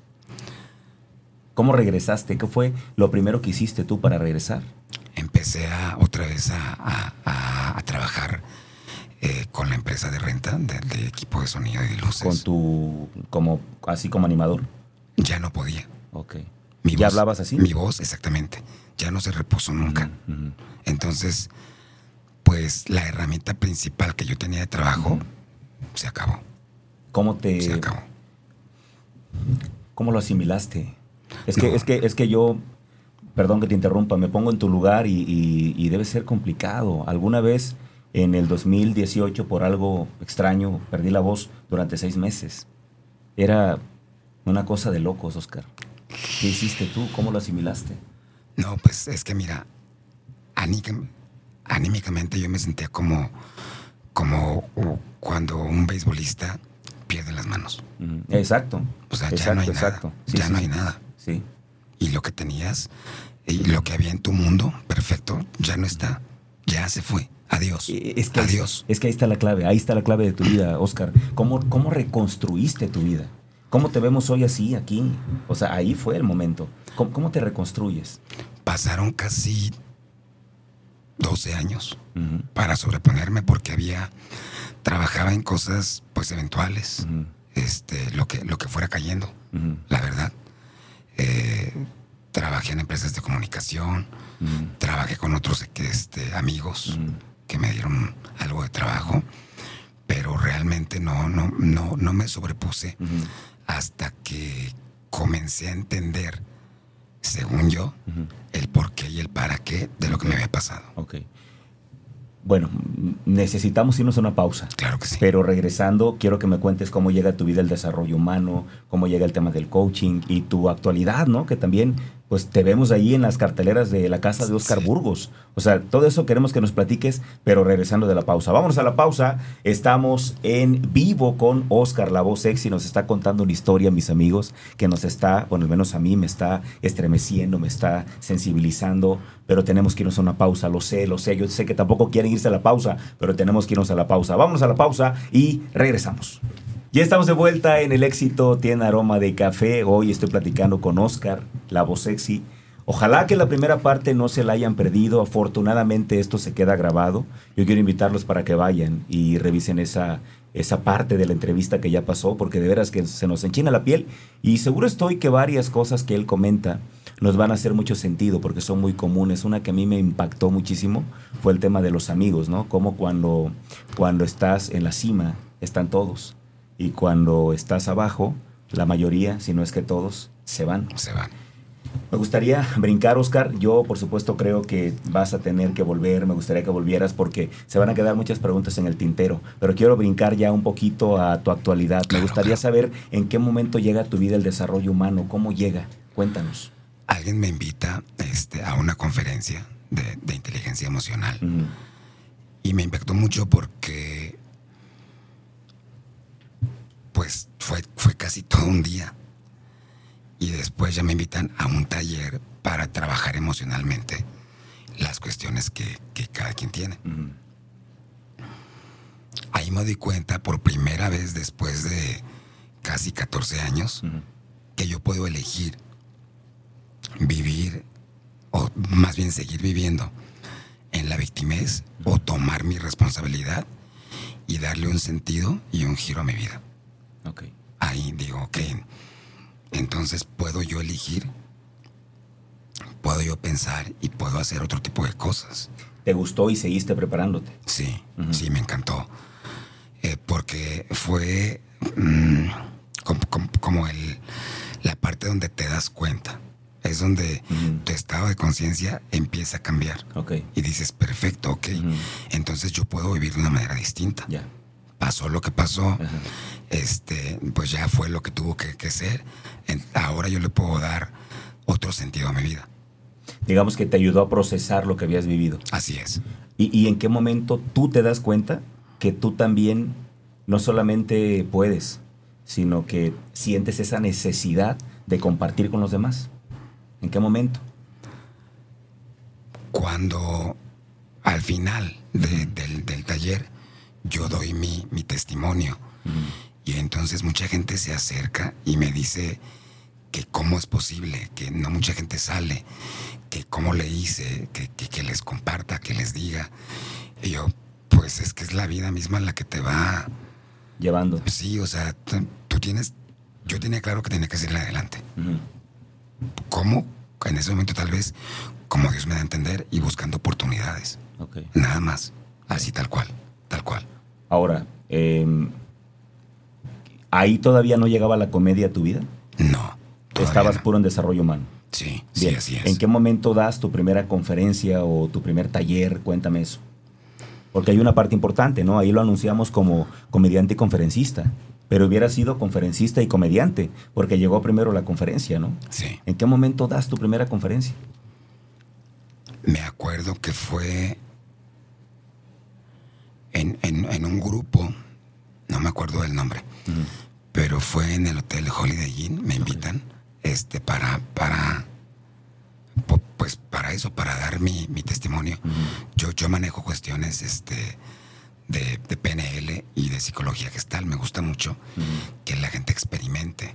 Speaker 2: ¿Cómo regresaste? ¿Qué fue lo primero que hiciste tú para regresar?
Speaker 3: Empecé a, otra vez a, a- a- a trabajar eh, con la empresa de renta de, de equipo de sonido y de luces.
Speaker 2: Con tu, como, así como animador.
Speaker 3: Ya no podía.
Speaker 2: Ok.
Speaker 3: Mi
Speaker 2: ¿Ya
Speaker 3: voz-
Speaker 2: hablabas así?
Speaker 3: Mi voz, exactamente. Ya no se repuso nunca.
Speaker 2: Ujú.
Speaker 3: Entonces, pues la herramienta principal que yo tenía de trabajo
Speaker 2: Ujú. Eh.
Speaker 3: se acabó.
Speaker 2: ¿Cómo te,
Speaker 3: Se acabó.
Speaker 2: ¿Cómo lo asimilaste? Es que,
Speaker 3: No.
Speaker 2: es que, es que yo, perdón que te interrumpa, me pongo en tu lugar y, y- y debe ser complicado. Alguna vez en el 2018, por algo extraño, perdí la voz durante seis meses. Era una cosa de locos, Oscar. ¿Qué hiciste tú? ¿Cómo lo asimilaste?
Speaker 3: No, pues es que mira, aníquem- anímicamente yo me sentía como, como u- cuando un beisbolista pierde las manos.
Speaker 2: Ujú. Exacto.
Speaker 3: O sea, Pues ya
Speaker 2: exacto,
Speaker 3: no hay
Speaker 2: exacto.
Speaker 3: nada.
Speaker 2: Sí,
Speaker 3: ya
Speaker 2: sí,
Speaker 3: no hay nada.
Speaker 2: sí.
Speaker 3: Y lo que tenías, y lo que había en tu mundo, perfecto, ya no está. Ya se fue. Adiós.
Speaker 2: Eh, Es que,
Speaker 3: Adiós.
Speaker 2: es que ahí está la clave, ahí está la clave de tu vida, Oscar. ¿Cómo, cómo reconstruiste tu vida? ¿Cómo te vemos hoy así, aquí? O sea, ahí fue el momento. ¿Cómo, cómo te reconstruyes?
Speaker 3: Pasaron casi 12 años para sobreponerme porque había, trabajaba en cosas pues eventuales,
Speaker 2: Ujú,
Speaker 3: este, lo, que, lo que fuera cayendo.
Speaker 2: ujú,
Speaker 3: la verdad. Eh, trabajé en empresas de comunicación,
Speaker 2: ujú,
Speaker 3: trabajé con otros este, amigos
Speaker 2: ujú.
Speaker 3: que me dieron algo de trabajo, pero realmente no, no, no, no me sobrepuse
Speaker 2: Ujú,
Speaker 3: hasta que comencé a entender, según yo,
Speaker 2: ujú.
Speaker 3: el por qué y el para qué de lo que me había pasado.
Speaker 2: Ok. Bueno, necesitamos irnos a una pausa.
Speaker 3: Claro que sí.
Speaker 2: Pero regresando, quiero que me cuentes cómo llega a tu vida el desarrollo humano, cómo llega el tema del coaching y tu actualidad, ¿no? Que también, pues te vemos ahí en las carteleras de la casa de Oscar
Speaker 3: Sí.
Speaker 2: Burgos. O sea, todo eso queremos que nos platiques, pero regresando de la pausa. Vámonos a la pausa. Estamos en vivo con Oscar, la voz sexy. Nos está contando una historia, mis amigos, que nos está, bueno, al menos a mí me está estremeciendo, me está sensibilizando, pero tenemos que irnos a una pausa. Lo sé, lo sé. Yo sé que tampoco quieren irse a la pausa, pero tenemos que irnos a la pausa. Vámonos a la pausa y regresamos. Ya estamos de vuelta en el éxito Tiene Aroma de Café. Hoy estoy platicando con Oscar, la voz sexy. Ojalá que la primera parte no se la hayan perdido. Afortunadamente esto se queda grabado. Yo quiero invitarlos para que vayan y revisen esa, esa parte de la entrevista que ya pasó, porque de veras que se nos enchina la piel. Y seguro estoy que varias cosas que él comenta nos van a hacer mucho sentido, porque son muy comunes. Una que a mí me impactó muchísimo fue el tema de los amigos, ¿no? Como cuando, cuando estás en la cima, están todos y cuando estás abajo, la mayoría, si no es que todos, se van.
Speaker 3: se van.
Speaker 2: Me gustaría brincar, Oscar. Yo, por supuesto, creo que vas a tener que volver. Me gustaría que volvieras porque se van a quedar muchas preguntas en el tintero. Pero quiero brincar ya un poquito a tu actualidad. Me
Speaker 3: Claro,
Speaker 2: gustaría
Speaker 3: claro.
Speaker 2: saber en qué momento llega a tu vida el desarrollo humano. ¿Cómo llega? Cuéntanos.
Speaker 3: Alguien me invita este, a una conferencia de, de inteligencia emocional
Speaker 2: Mm.
Speaker 3: y me impactó mucho porque pues fue, fue casi todo un día. Y después ya me invitan a un taller para trabajar emocionalmente las cuestiones que, que cada quien tiene. Ahí me di cuenta por primera vez después de casi 14
Speaker 2: Mm.
Speaker 3: años que yo puedo elegir vivir o más bien seguir viviendo en la victimez o tomar mi responsabilidad y darle un sentido y un giro a mi vida.
Speaker 2: Ok.
Speaker 3: Ahí digo, ok, entonces puedo yo elegir, puedo yo pensar y puedo hacer otro tipo de cosas.
Speaker 2: ¿Te gustó y seguiste preparándote?
Speaker 3: Sí,
Speaker 2: Ujú.
Speaker 3: sí, me encantó. Eh, porque fue mm, com- com- como el, la parte donde te das cuenta. Es donde
Speaker 2: Ujú.
Speaker 3: tu estado de conciencia empieza a cambiar.
Speaker 2: Ok.
Speaker 3: Y dices, perfecto, ok.
Speaker 2: Ujú.
Speaker 3: Entonces yo puedo vivir de una manera distinta.
Speaker 2: Ya.
Speaker 3: Pasó lo que pasó.
Speaker 2: Ajá.
Speaker 3: Este, pues ya fue lo que tuvo que, que ser. En- ahora yo le puedo dar otro sentido a mi vida.
Speaker 2: Digamos que te ayudó a procesar lo que habías vivido.
Speaker 3: Así es.
Speaker 2: ¿Y, y en qué momento tú te das cuenta que tú también no solamente puedes, sino que sientes esa necesidad de compartir con los demás? ¿En qué momento?
Speaker 3: cuando al final de- del, del taller yo doy mi, mi testimonio y entonces mucha gente se acerca y me dice que cómo es posible, que no mucha gente sale, que cómo le hice, que, que- que les comparta, que les diga. Y yo, pues es que es la vida misma la que te va.
Speaker 2: Llevando.
Speaker 3: Sí, o sea, t- tú tienes, yo tenía claro que tenía que seguir adelante.
Speaker 2: Ujú.
Speaker 3: ¿Cómo? En ese momento tal vez, como Dios me da a entender y buscando oportunidades.
Speaker 2: Ok.
Speaker 3: Nada más. Así tal cual. Tal cual.
Speaker 2: Ahora, eh, ¿ahí todavía no llegaba la comedia a tu vida?
Speaker 3: No. todavía
Speaker 2: Estabas
Speaker 3: no.
Speaker 2: puro en desarrollo humano.
Speaker 3: Sí,
Speaker 2: Bien.
Speaker 3: sí, así es.
Speaker 2: ¿En qué momento das tu primera conferencia o tu primer taller? Cuéntame eso. Porque hay una parte importante, ¿no? Ahí lo anunciamos como comediante y conferencista, pero hubiera sido conferencista y comediante, porque llegó primero la conferencia, ¿no?
Speaker 3: Sí.
Speaker 2: ¿En qué momento das tu primera conferencia?
Speaker 3: Me acuerdo que fue en, en- en un grupo, no me acuerdo del nombre, pero fue en el Hotel Holiday Inn, me invitan, este, para, para, po- pues para eso, para dar mi, mi testimonio.
Speaker 2: Mm.
Speaker 3: Yo, yo manejo cuestiones, este, de, de PNL y de psicología gestal, me gusta mucho. que la gente experimente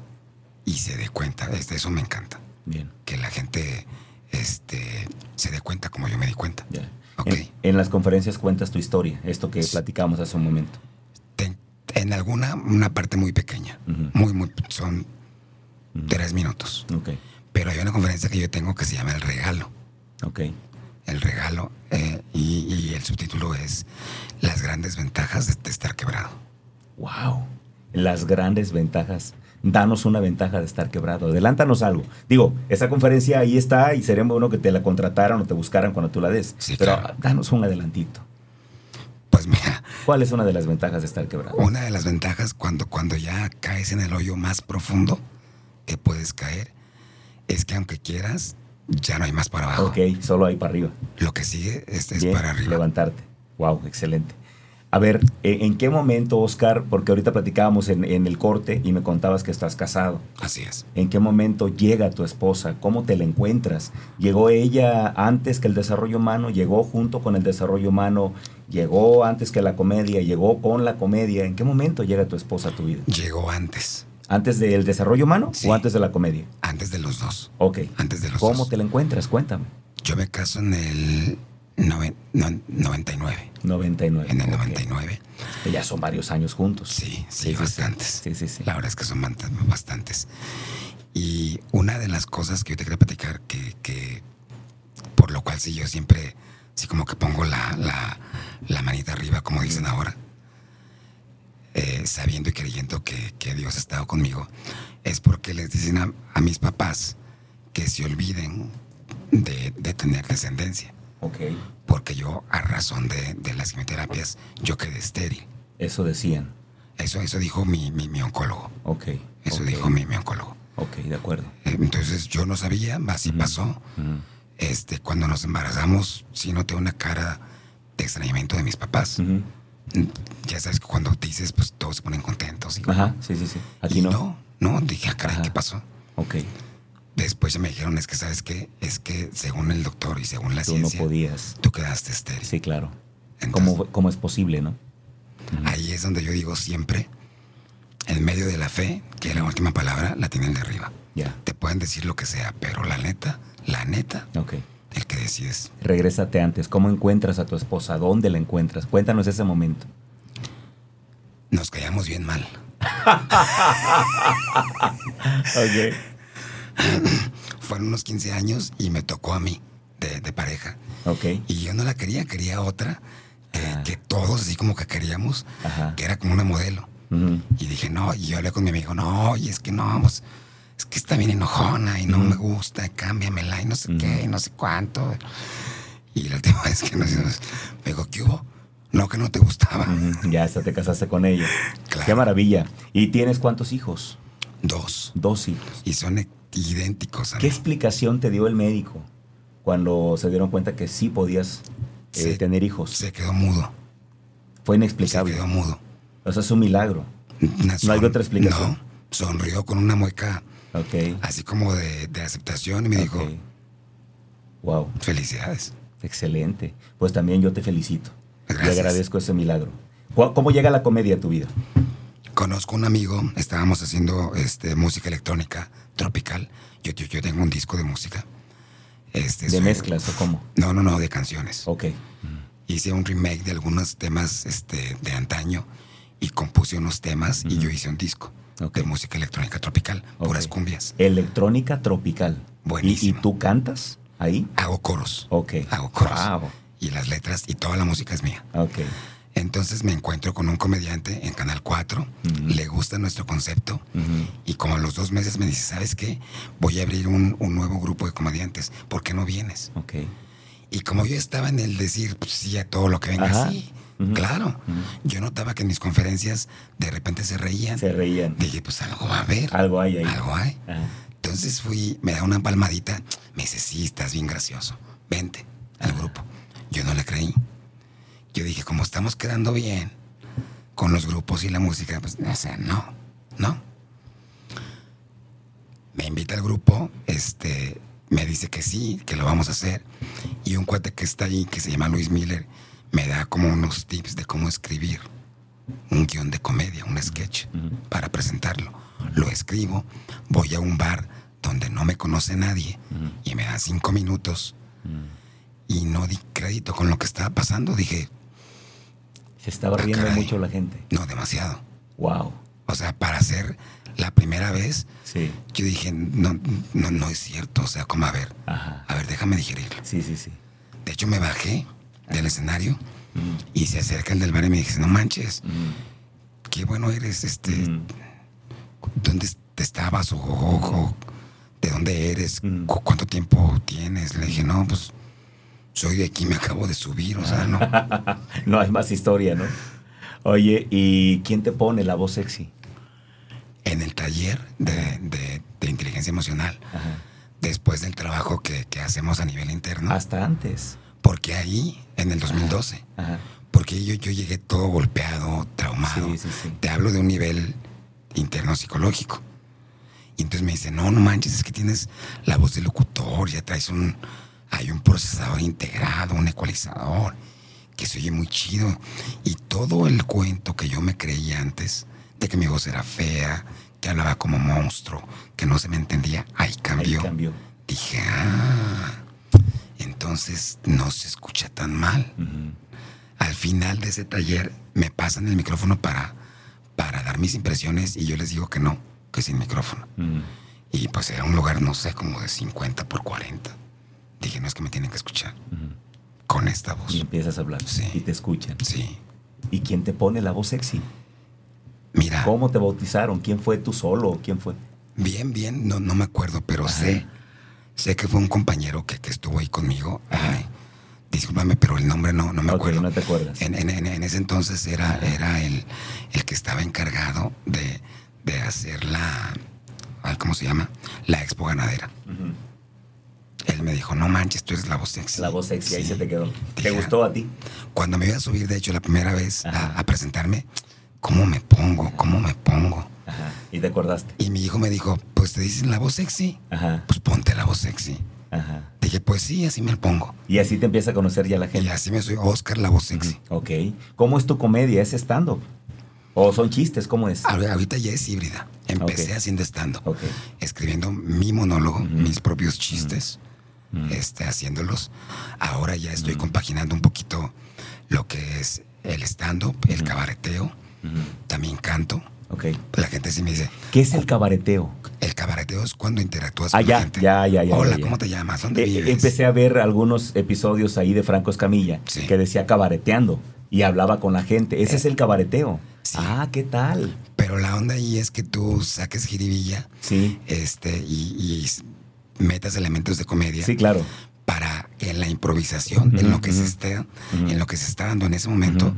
Speaker 3: y se dé cuenta. Este, eso me encanta.
Speaker 2: Bien,
Speaker 3: Que la gente este, se dé cuenta como yo me di cuenta.
Speaker 2: ya.
Speaker 3: Ok.
Speaker 2: En, en las conferencias cuentas tu historia, esto que platicamos hace un momento.
Speaker 3: Ten- en alguna, una parte muy pequeña.
Speaker 2: Ujú.
Speaker 3: Muy, muy. Son tres minutos.
Speaker 2: Ok,
Speaker 3: Pero hay una conferencia que yo tengo que se llama El Regalo.
Speaker 2: ok.
Speaker 3: El Regalo. eh, y, y el subtítulo es Las grandes ventajas de, de estar quebrado.
Speaker 2: Wow. Las grandes ventajas. Danos una ventaja de estar quebrado. Adelántanos algo. Digo, esa conferencia ahí está y sería bueno que te la contrataran o te buscaran cuando tú la des.
Speaker 3: Sí,
Speaker 2: Pero
Speaker 3: claro.
Speaker 2: danos un adelantito.
Speaker 3: Pues mira,
Speaker 2: ¿Cuál es una de las ventajas de estar quebrado?
Speaker 3: Una de las ventajas cuando, cuando ya caes en el hoyo más profundo que puedes caer es que aunque quieras, ya no hay más para abajo.
Speaker 2: Ok, solo ahí para arriba.
Speaker 3: Lo que sigue es, es
Speaker 2: Bien,
Speaker 3: para arriba.
Speaker 2: Levantarte. Wow, excelente. A ver, ¿en en qué momento, Oscar? Porque ahorita platicábamos en, en el corte y me contabas que estás casado.
Speaker 3: Así es.
Speaker 2: ¿En qué momento llega tu esposa? ¿Cómo te la encuentras? ¿Llegó ella antes que el desarrollo humano? ¿Llegó junto con el desarrollo humano? ¿Llegó antes que la comedia? ¿Llegó con la comedia? ¿En qué momento llega tu esposa a tu vida?
Speaker 3: Llegó antes,
Speaker 2: ¿Antes del desarrollo humano
Speaker 3: Sí.
Speaker 2: o antes de la comedia?
Speaker 3: antes de los dos.
Speaker 2: Ok.
Speaker 3: Antes de los
Speaker 2: ¿Cómo
Speaker 3: dos.
Speaker 2: te la encuentras? Cuéntame.
Speaker 3: Yo me caso en el noven- no- 99.
Speaker 2: 99.
Speaker 3: En el
Speaker 2: Ok.
Speaker 3: 99.
Speaker 2: Que Ya son varios años juntos.
Speaker 3: Sí, sí, bastantes.
Speaker 2: Sí, sí, sí.
Speaker 3: La verdad es que son bant- bastantes. Y una de las cosas que yo te quería platicar, que, que por lo cual sí yo siempre, sí como que pongo la, la, la manita arriba, como dicen ahora, eh, eh, sabiendo y creyendo que, que Dios ha estado conmigo, es porque les dicen a, a mis papás que se olviden de, de tener descendencia.
Speaker 2: Ok.
Speaker 3: Porque yo, a razón de, de las quimioterapias, yo quedé estéril.
Speaker 2: Eso decían.
Speaker 3: Eso, eso dijo mi, mi, mi oncólogo.
Speaker 2: Ok.
Speaker 3: Eso
Speaker 2: ok,
Speaker 3: dijo mi, mi oncólogo.
Speaker 2: Ok, de acuerdo.
Speaker 3: Eh, Entonces yo no sabía, así pasó.
Speaker 2: Ujú,
Speaker 3: Este, cuando nos embarazamos, sí noté una cara de extrañamiento de mis papás. Mm,
Speaker 2: ujú.
Speaker 3: Ya sabes que cuando dices, pues todos se ponen contentos. Y,
Speaker 2: Ajá, sí, sí, sí. Aquí
Speaker 3: y
Speaker 2: no.
Speaker 3: no, no, dije, ah, caray,
Speaker 2: Ajá.
Speaker 3: ¿qué pasó?
Speaker 2: Ok.
Speaker 3: Después ya me dijeron, es que sabes qué, es que según el doctor y según la
Speaker 2: Tú no
Speaker 3: ciencia,
Speaker 2: podías.
Speaker 3: tú quedaste estéril.
Speaker 2: Sí, claro.
Speaker 3: Entonces,
Speaker 2: ¿Cómo, ¿Cómo es posible, no?
Speaker 3: ahí es donde yo digo siempre, en medio de la fe, que la última palabra la tiene el de arriba.
Speaker 2: Ya.
Speaker 3: Te pueden decir lo que sea, pero la neta, la neta,
Speaker 2: Ok.
Speaker 3: el que decides.
Speaker 2: Regrésate antes. ¿Cómo encuentras a tu esposa? ¿Dónde la encuentras? Cuéntanos ese momento.
Speaker 3: Nos callamos bien mal.
Speaker 2: Ok.
Speaker 3: Fueron unos 15 años y me tocó a mí de, de pareja.
Speaker 2: Ok.
Speaker 3: Y yo no la quería, quería otra eh,
Speaker 2: Ah.
Speaker 3: que todos así como que queríamos,
Speaker 2: Ajá.
Speaker 3: que era como una modelo.
Speaker 2: Ujú.
Speaker 3: Y dije, no, y yo hablé con mi amigo, no, y es que no, pues, es que está bien enojona y no me gusta, cámbiamela y no sé qué, y no sé cuánto. Y la última vez que nos hicimos, me dijo, ¿qué hubo? No, que no te gustaba.
Speaker 2: Ujú. Ya hasta te casaste con ella.
Speaker 3: Claro.
Speaker 2: Qué maravilla. ¿Y tienes cuántos hijos?
Speaker 3: Dos.
Speaker 2: Dos hijos.
Speaker 3: Y son e- idénticos a
Speaker 2: ¿Qué
Speaker 3: mí.
Speaker 2: explicación te dio el médico cuando se dieron cuenta que sí podías eh,
Speaker 3: Sí.
Speaker 2: tener hijos?
Speaker 3: Se quedó mudo.
Speaker 2: Fue
Speaker 3: Se
Speaker 2: inexplicable.
Speaker 3: quedó mudo.
Speaker 2: O sea, es un milagro.
Speaker 3: Una son-
Speaker 2: hay otra explicación?
Speaker 3: No. Sonrió con una mueca
Speaker 2: Ok.
Speaker 3: así como de, de aceptación y me dijo,
Speaker 2: Wow,
Speaker 3: felicidades.
Speaker 2: excelente. Pues también yo te felicito.
Speaker 3: Gracias.
Speaker 2: Y agradezco ese milagro. Cu- ¿Cómo llega la comedia a tu vida?
Speaker 3: Conozco un amigo, estábamos haciendo este, música electrónica tropical. Yo, yo, yo tengo un disco de música. Este,
Speaker 2: ¿De
Speaker 3: soy-
Speaker 2: mezclas Oh. o cómo?
Speaker 3: No, no, no, de canciones.
Speaker 2: Ok.
Speaker 3: Hice un remake de algunos temas este, de antaño y compuse unos temas y yo hice un disco
Speaker 2: Ok.
Speaker 3: de música electrónica tropical,
Speaker 2: Ok.
Speaker 3: puras cumbias.
Speaker 2: Electrónica tropical.
Speaker 3: Buenísimo.
Speaker 2: ¿Y, y tú cantas ahí?
Speaker 3: Hago coros.
Speaker 2: Ok.
Speaker 3: Hago coros.
Speaker 2: Wow.
Speaker 3: Y las letras y toda la música es mía.
Speaker 2: Ok.
Speaker 3: Entonces me encuentro con un comediante en Canal 4,
Speaker 2: Ujú.
Speaker 3: le gusta nuestro concepto
Speaker 2: Ujú.
Speaker 3: Y como a los dos meses me dice, ¿sabes qué? Voy a abrir un, un nuevo grupo de comediantes. ¿Por qué no vienes?
Speaker 2: Ok.
Speaker 3: Y como yo estaba en el decir pues, sí a todo lo que venga,
Speaker 2: Ajá.
Speaker 3: sí,
Speaker 2: Ujú.
Speaker 3: claro. Yo notaba que en mis conferencias de repente se reían.
Speaker 2: Se reían.
Speaker 3: Dije, pues algo va a haber.
Speaker 2: Algo hay ahí. Ah,
Speaker 3: Algo hay.
Speaker 2: Ajá.
Speaker 3: Entonces fui, me da una palmadita. Me dice, sí, estás bien gracioso. Vente al grupo. Yo no le creí. Yo dije, como estamos quedando bien con los grupos y la música, pues, o sea, no, no. Me invita al grupo, este, me dice que sí, que lo vamos a hacer. Y un cuate que está ahí, que se llama Luis Miller, me da como unos tips de cómo escribir un guión de comedia, un sketch, para presentarlo. Lo escribo, voy a un bar donde no me conoce nadie y me da cinco minutos
Speaker 2: mm.
Speaker 3: y no di crédito con lo que estaba pasando. Dije,
Speaker 2: Se estaba
Speaker 3: Ah,
Speaker 2: riendo
Speaker 3: caray.
Speaker 2: mucho la gente.
Speaker 3: no, demasiado.
Speaker 2: Wow.
Speaker 3: O sea, para hacer la primera vez,
Speaker 2: Sí.
Speaker 3: yo dije, no, no, no es cierto. O sea, como a ver,
Speaker 2: Ajá.
Speaker 3: a ver, déjame digerirlo.
Speaker 2: Sí, sí, sí.
Speaker 3: De hecho, me bajé del escenario y se acerca el del bar y me dice, no manches, qué bueno eres, este,
Speaker 2: Mm.
Speaker 3: ¿dónde te estabas o, o- o de dónde eres?
Speaker 2: Mm.
Speaker 3: ¿Cu- ¿Cuánto tiempo tienes? Le dije, no, pues soy de aquí, me acabo de subir, o sea, no.
Speaker 2: No hay más historia, ¿no? Oye, ¿y quién te pone la voz sexy?
Speaker 3: En el taller de, de- de inteligencia emocional,
Speaker 2: Ajá.
Speaker 3: después del trabajo que, que hacemos a nivel interno,
Speaker 2: Hasta antes.
Speaker 3: porque ahí, en el 2012,
Speaker 2: Ajá.
Speaker 3: porque yo, yo llegué todo golpeado, traumado.
Speaker 2: Sí, sí, sí.
Speaker 3: Te hablo de un nivel interno psicológico. Y entonces me dice, no, no manches, es que tienes la voz de locutor, ya traes un, hay un procesador integrado, un ecualizador, que se oye muy chido. Y todo el cuento que yo me creí antes, de que mi voz era fea, que hablaba como monstruo, que no se me entendía, ahí
Speaker 2: Ahí
Speaker 3: cambió.
Speaker 2: cambió.
Speaker 3: Dije, ah, entonces no se escucha tan mal.
Speaker 2: Ujú.
Speaker 3: Al final de ese taller me pasan el micrófono para, para dar mis impresiones y yo les digo que no, que sin micrófono.
Speaker 2: Mm.
Speaker 3: Y pues era un lugar, no sé, como de 50 por 40. Dije, no es que me tienen que escuchar
Speaker 2: Ujú.
Speaker 3: con esta
Speaker 2: Y
Speaker 3: voz.
Speaker 2: empiezas a hablar.
Speaker 3: Pues, Sí.
Speaker 2: Y te escuchan.
Speaker 3: Sí.
Speaker 2: ¿Y quién te pone la voz sexy?
Speaker 3: Mira,
Speaker 2: ¿Cómo te bautizaron? ¿Quién fue tú solo? ¿Quién fue?
Speaker 3: bien, bien, no, no me acuerdo, pero
Speaker 2: Ajá.
Speaker 3: sé, sé que fue un compañero que, que estuvo ahí conmigo. Ay, discúlpame, pero el nombre no, no me
Speaker 2: Ok,
Speaker 3: acuerdo.
Speaker 2: no te acuerdas.
Speaker 3: En, en- en- en ese entonces era, era el, el que estaba encargado de, de hacer la, ay, ¿cómo se llama? La expo ganadera.
Speaker 2: Ujú.
Speaker 3: Él me dijo, no manches, tú eres la voz sexy.
Speaker 2: La voz sexy, ahí
Speaker 3: Sí.
Speaker 2: se te quedó. ¿Te
Speaker 3: Dije,
Speaker 2: gustó a ti?
Speaker 3: Cuando me iba a subir, de hecho, la primera vez
Speaker 2: Ajá.
Speaker 3: a, a presentarme, ¿cómo me pongo? ¿Cómo me pongo?
Speaker 2: Ajá. ¿Y te acordaste?
Speaker 3: Y mi hijo me dijo, pues te dicen la voz sexy.
Speaker 2: Ajá,
Speaker 3: Pues ponte la voz sexy.
Speaker 2: ajá.
Speaker 3: Dije, pues sí, así me pongo.
Speaker 2: Y así te empieza a conocer ya la
Speaker 3: Y
Speaker 2: gente.
Speaker 3: así me soy Oscar la voz sexy.
Speaker 2: Ujú. Ok. ¿Cómo es tu comedia? ¿Es stand-up? ¿O son chistes? ¿Cómo es?
Speaker 3: Ahora- Ahorita ya es híbrida. Empecé
Speaker 2: Ok.
Speaker 3: haciendo estando,
Speaker 2: Ok.
Speaker 3: escribiendo mi monólogo,
Speaker 2: Ujú.
Speaker 3: mis propios chistes,
Speaker 2: Ujú.
Speaker 3: este, haciéndolos. Ahora ya estoy compaginando un poquito lo que es el stand-up, el cabareteo,
Speaker 2: Ujú.
Speaker 3: también canto.
Speaker 2: Ok.
Speaker 3: La gente sí me dice,
Speaker 2: ¿Qué es el cabareteo?
Speaker 3: el cabareteo es cuando interactúas
Speaker 2: Ah,
Speaker 3: con
Speaker 2: ya,
Speaker 3: gente.
Speaker 2: ya, ya, ya.
Speaker 3: Hola,
Speaker 2: ya, ya.
Speaker 3: ¿cómo te llamas? ¿Dónde
Speaker 2: Eh,
Speaker 3: vives?
Speaker 2: Empecé a ver algunos episodios ahí de Franco Escamilla
Speaker 3: Sí.
Speaker 2: que decía cabareteando y hablaba con la gente. Ese es el cabareteo.
Speaker 3: sí.
Speaker 2: Ah, ¿qué tal?
Speaker 3: Pero la onda ahí es que tú saques jiribilla
Speaker 2: Sí,
Speaker 3: este, y, y s- metas elementos de comedia
Speaker 2: sí, claro.
Speaker 3: para que en la improvisación, en lo que se
Speaker 2: Ujú.
Speaker 3: esté, en lo que se está dando en ese momento,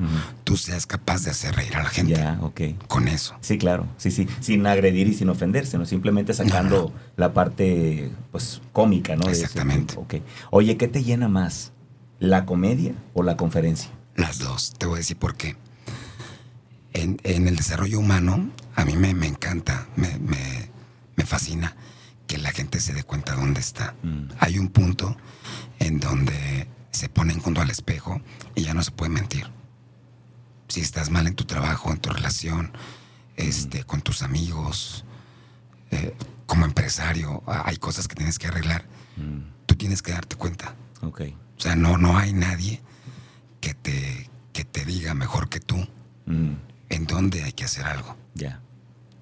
Speaker 3: tú seas capaz de hacer reír a la gente
Speaker 2: Ya, ok.
Speaker 3: con eso.
Speaker 2: Sí, claro. Sí, sí. Sin agredir y sin ofender, sino simplemente sacando la parte, pues, cómica, ¿no? De ese
Speaker 3: Exactamente.
Speaker 2: tipo. Ok. Oye, ¿qué te llena más? ¿La comedia o la conferencia?
Speaker 3: Las dos, te voy a decir por qué. En, en el desarrollo humano, a mí me, me encanta, me, me- me fascina que la gente se dé cuenta dónde está.
Speaker 2: Mm.
Speaker 3: Hay un punto en donde se ponen junto al espejo y ya no se puede mentir. Si estás mal en tu trabajo, en tu relación, este, con tus amigos, eh, como empresario, a- hay cosas que tienes que arreglar. Tú tienes que darte cuenta.
Speaker 2: Ok.
Speaker 3: O sea, no, no hay nadie que te, que te diga mejor que tú
Speaker 2: Mm,
Speaker 3: en dónde hay que hacer algo.
Speaker 2: Ya,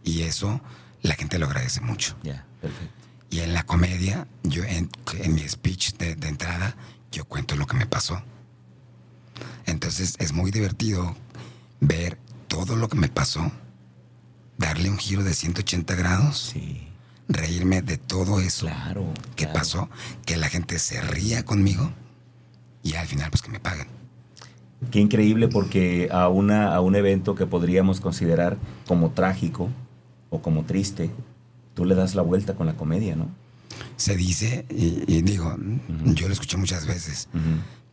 Speaker 3: Y eso la gente lo agradece mucho.
Speaker 2: ya, perfecto.
Speaker 3: Y en la comedia, yo en, en mi speech de, de entrada, yo cuento lo que me pasó. Entonces es muy divertido ver todo lo que me pasó, darle un giro de 180 grados,
Speaker 2: Sí,
Speaker 3: reírme de todo eso
Speaker 2: claro.
Speaker 3: que
Speaker 2: claro.
Speaker 3: pasó, que la gente se ría conmigo y al final pues que me paguen.
Speaker 2: Qué increíble porque a, una, a un evento que podríamos considerar como trágico o como triste, tú le das la vuelta con la comedia, ¿no?
Speaker 3: Se dice, y, y digo, yo lo escuché muchas veces,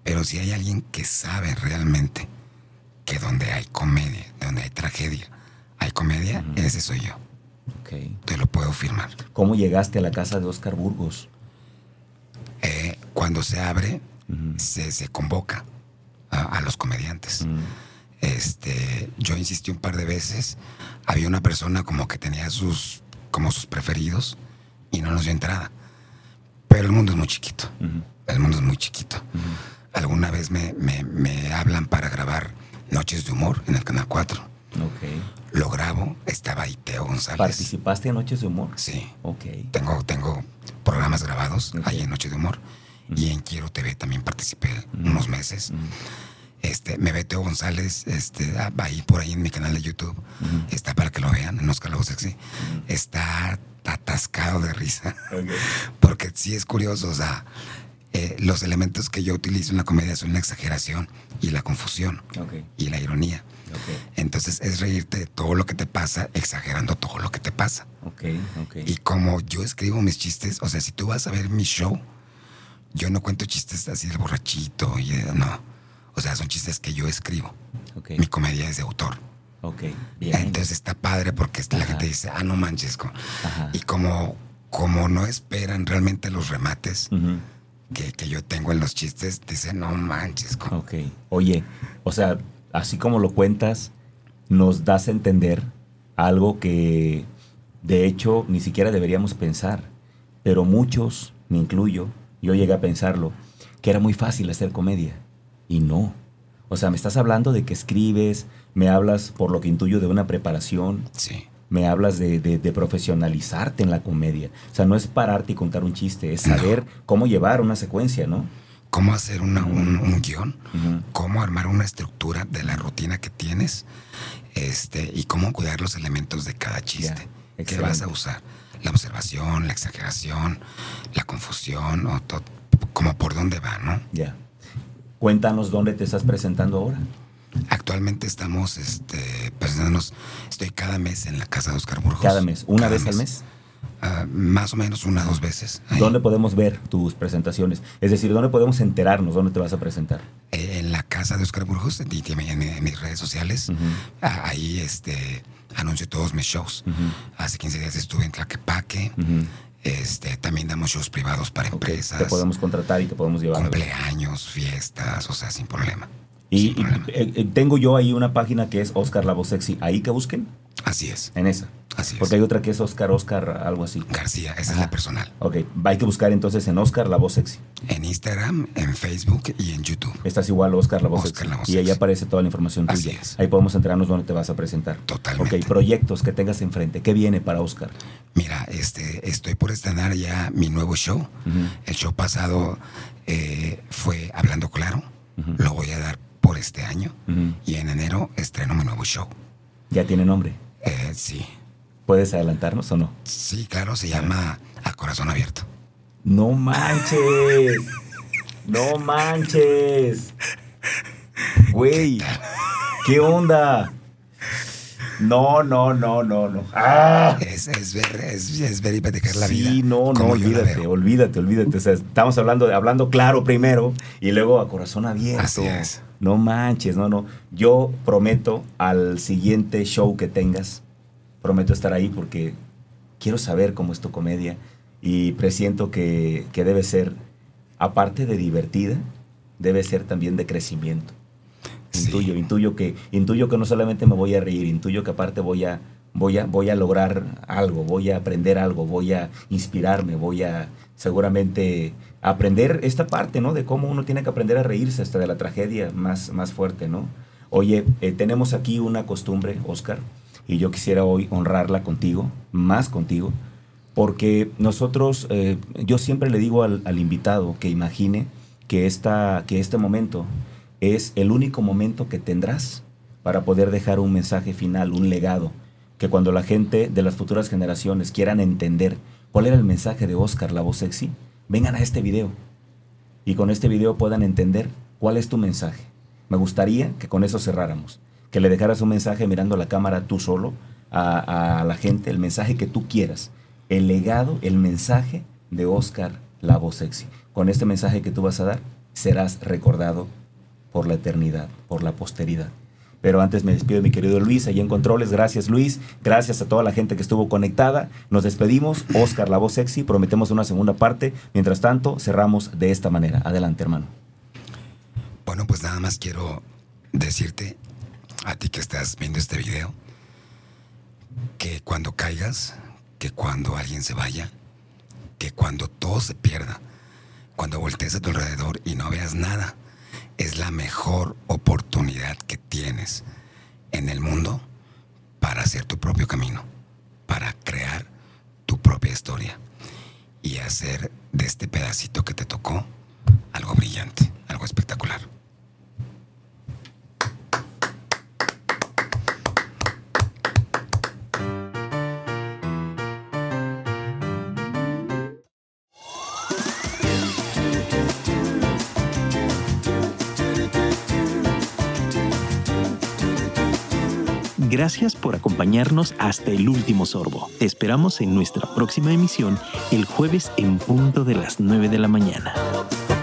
Speaker 3: pero si hay alguien que sabe realmente que donde hay comedia, donde hay tragedia, hay comedia, ese soy yo.
Speaker 2: Ok.
Speaker 3: Te lo puedo firmar.
Speaker 2: ¿Cómo llegaste a la casa de Oscar Burgos?
Speaker 3: Eh, cuando se abre, se, se convoca a, a los comediantes.
Speaker 2: Mm,
Speaker 3: Este, yo insistí un par de veces. Había una persona como que tenía sus, como sus preferidos y no nos dio entrada. Pero el mundo es muy chiquito. El mundo es muy chiquito. Alguna vez me, me- me hablan para grabar Noches de Humor en el Canal 4.
Speaker 2: Ok.
Speaker 3: Lo grabo, estaba ahí Teo González.
Speaker 2: ¿Participaste en Noches de Humor?
Speaker 3: Sí,
Speaker 2: Ok.
Speaker 3: tengo, tengo programas grabados
Speaker 2: Ok.
Speaker 3: ahí en Noches de Humor. Y en Quiero TV también participé
Speaker 2: Mm.
Speaker 3: unos meses. Este, me ve Teo González, este, ah, ahí por ahí en mi canal de YouTube.
Speaker 2: Mm.
Speaker 3: Está para que lo vean, en Oscar Lobo Sexy. Está atascado de risa. Porque sí es curioso, o sea, eh, los elementos que yo utilizo en la comedia son la exageración y la confusión
Speaker 2: Ok. Ok.
Speaker 3: y la ironía.
Speaker 2: Ok.
Speaker 3: Entonces es reírte de todo lo que te pasa, exagerando todo lo que te pasa.
Speaker 2: Ok. ok.
Speaker 3: Y como yo escribo mis chistes, o sea, si tú vas a ver mi show, yo no cuento chistes así del borrachito y de- no. O sea, son chistes que yo escribo.
Speaker 2: Ok.
Speaker 3: Mi comedia es de autor.
Speaker 2: Ok. Bien.
Speaker 3: Entonces está padre porque la
Speaker 2: Ajá.
Speaker 3: gente dice, ah, no manches. co-
Speaker 2: Ajá.
Speaker 3: Y como, como no esperan realmente los remates,
Speaker 2: Ujú.
Speaker 3: que, que yo tengo en los chistes, dice, no manches. co-
Speaker 2: Mm. Ok. Oye, o sea, así como lo cuentas, nos das a entender algo que de hecho ni siquiera deberíamos pensar, pero muchos, me incluyo, yo llegué a pensarlo, que era muy fácil hacer comedia. Y no. O sea, me estás hablando de que escribes, me hablas por lo que intuyo de una preparación,
Speaker 3: Sí,
Speaker 2: me hablas de, de- de profesionalizarte en la comedia. O sea, no es pararte y contar un chiste, es saber cómo llevar una secuencia, ¿no?
Speaker 3: cómo hacer una-
Speaker 2: Ujú.
Speaker 3: un, un guión,
Speaker 2: Ujú.
Speaker 3: cómo armar una estructura de la rutina que tienes este, y cómo cuidar los elementos de cada chiste que
Speaker 2: excelente.
Speaker 3: vas a usar. La observación, la exageración, la confusión, o to- como por dónde va, ¿no?
Speaker 2: Ya. Cuéntanos dónde te estás presentando ahora.
Speaker 3: Actualmente estamos, este, presentándonos, estoy cada mes en la casa de Oscar Burgos.
Speaker 2: Cada mes, una
Speaker 3: Cada
Speaker 2: vez al mes.
Speaker 3: Ah, más o menos una, dos veces. ahí.
Speaker 2: ¿Dónde podemos ver tus presentaciones? Es decir, ¿dónde podemos enterarnos dónde te vas a presentar?
Speaker 3: Eh, en la casa de Oscar Burgos, en, en- en mis redes sociales. Ah, Ahí este, anuncio todos mis shows. Hace 15 días estuve en Tlaquepaque. Este, también damos shows privados para empresas.
Speaker 2: Te podemos contratar y te podemos llevar. a ver.
Speaker 3: Cumpleaños, fiestas, o sea, sin problema.
Speaker 2: Y,
Speaker 3: Sin
Speaker 2: y,
Speaker 3: problema.
Speaker 2: eh, eh, tengo yo ahí una página que es Oscar La Voz Sexy. Ahí que busquen,
Speaker 3: Así es.
Speaker 2: en esa.
Speaker 3: Así es.
Speaker 2: Porque hay otra que es Oscar Oscar, algo así.
Speaker 3: García, esa es
Speaker 2: Ajá.
Speaker 3: la personal.
Speaker 2: Ok, hay que buscar entonces en Oscar La Voz Sexy.
Speaker 3: En Instagram, en Facebook y en YouTube.
Speaker 2: Estás igual Oscar La Voz
Speaker 3: Oscar
Speaker 2: Sexy.
Speaker 3: La Voz
Speaker 2: y ahí
Speaker 3: Sexy.
Speaker 2: aparece toda la información
Speaker 3: Así
Speaker 2: tuya.
Speaker 3: es.
Speaker 2: Ahí podemos enterarnos dónde te vas a presentar.
Speaker 3: Totalmente.
Speaker 2: Ok, proyectos que tengas enfrente. ¿Qué viene para Oscar?
Speaker 3: Mira, este, estoy por estrenar ya mi nuevo show. El show pasado eh, fue Hablando Claro. Lo voy a dar por este año.
Speaker 2: Ujú.
Speaker 3: Y en enero estreno mi nuevo show.
Speaker 2: ¿Ya tiene nombre?
Speaker 3: Eh, sí,
Speaker 2: ¿Puedes adelantarnos o no?
Speaker 3: sí, claro, se llama A Corazón Abierto.
Speaker 2: No manches. No manches. Güey. ¿Qué onda? No, no, no, no, no. Ah.
Speaker 3: Es, es ver, es, es ver y platicar la vida.
Speaker 2: Sí, no, no,
Speaker 3: como yo la
Speaker 2: olvídate,
Speaker 3: veo.
Speaker 2: olvídate, olvídate. O sea, estamos hablando, de- hablando claro primero y luego a corazón abierto.
Speaker 3: Así es.
Speaker 2: No manches, no, no. Yo prometo al siguiente show que tengas, prometo estar ahí porque quiero saber cómo es tu comedia y presiento que, que debe ser, aparte de divertida, debe ser también de crecimiento.
Speaker 3: Sí.
Speaker 2: Intuyo, intuyo que, intuyo que no solamente me voy a reír, intuyo que aparte voy a, voy a, voy a lograr algo, voy a aprender algo, voy a inspirarme, voy a seguramente aprender esta parte, ¿no? De cómo uno tiene que aprender a reírse hasta de la tragedia más, más fuerte, ¿no? Oye, eh, tenemos aquí una costumbre, Oscar, y yo quisiera hoy honrarla contigo, más contigo, porque nosotros, eh, yo siempre le digo al, al invitado que imagine que, esta, que este momento es el único momento que tendrás para poder dejar un mensaje final, un legado, que cuando la gente de las futuras generaciones quieran entender cuál era el mensaje de Oscar, la voz sexy, vengan a este video y con este video puedan entender cuál es tu mensaje. Me gustaría que con eso cerráramos, que le dejaras un mensaje mirando a la cámara tú solo a, a la gente, el mensaje que tú quieras, el legado, el mensaje de Oscar La Voz Sexy. Con este mensaje que tú vas a dar, serás recordado por la eternidad, por la posteridad. Pero antes me despido de mi querido Luis, allí en Controles. Gracias Luis, gracias a toda la gente que estuvo conectada. Nos despedimos. Oscar, la voz sexy, prometemos una segunda parte. Mientras tanto, cerramos de esta manera. Adelante, hermano.
Speaker 3: Bueno, pues nada más quiero decirte a ti que estás viendo este video que cuando caigas, que cuando alguien se vaya, que cuando todo se pierda, cuando voltees a tu alrededor y no veas nada, es la mejor oportunidad que tienes en el mundo para hacer tu propio camino, para crear tu propia historia y hacer de este pedacito que te tocó algo brillante, algo espectacular.
Speaker 1: Gracias por acompañarnos hasta el último sorbo. Te esperamos en nuestra próxima emisión el jueves en punto de las 9 de la mañana.
Speaker 4: From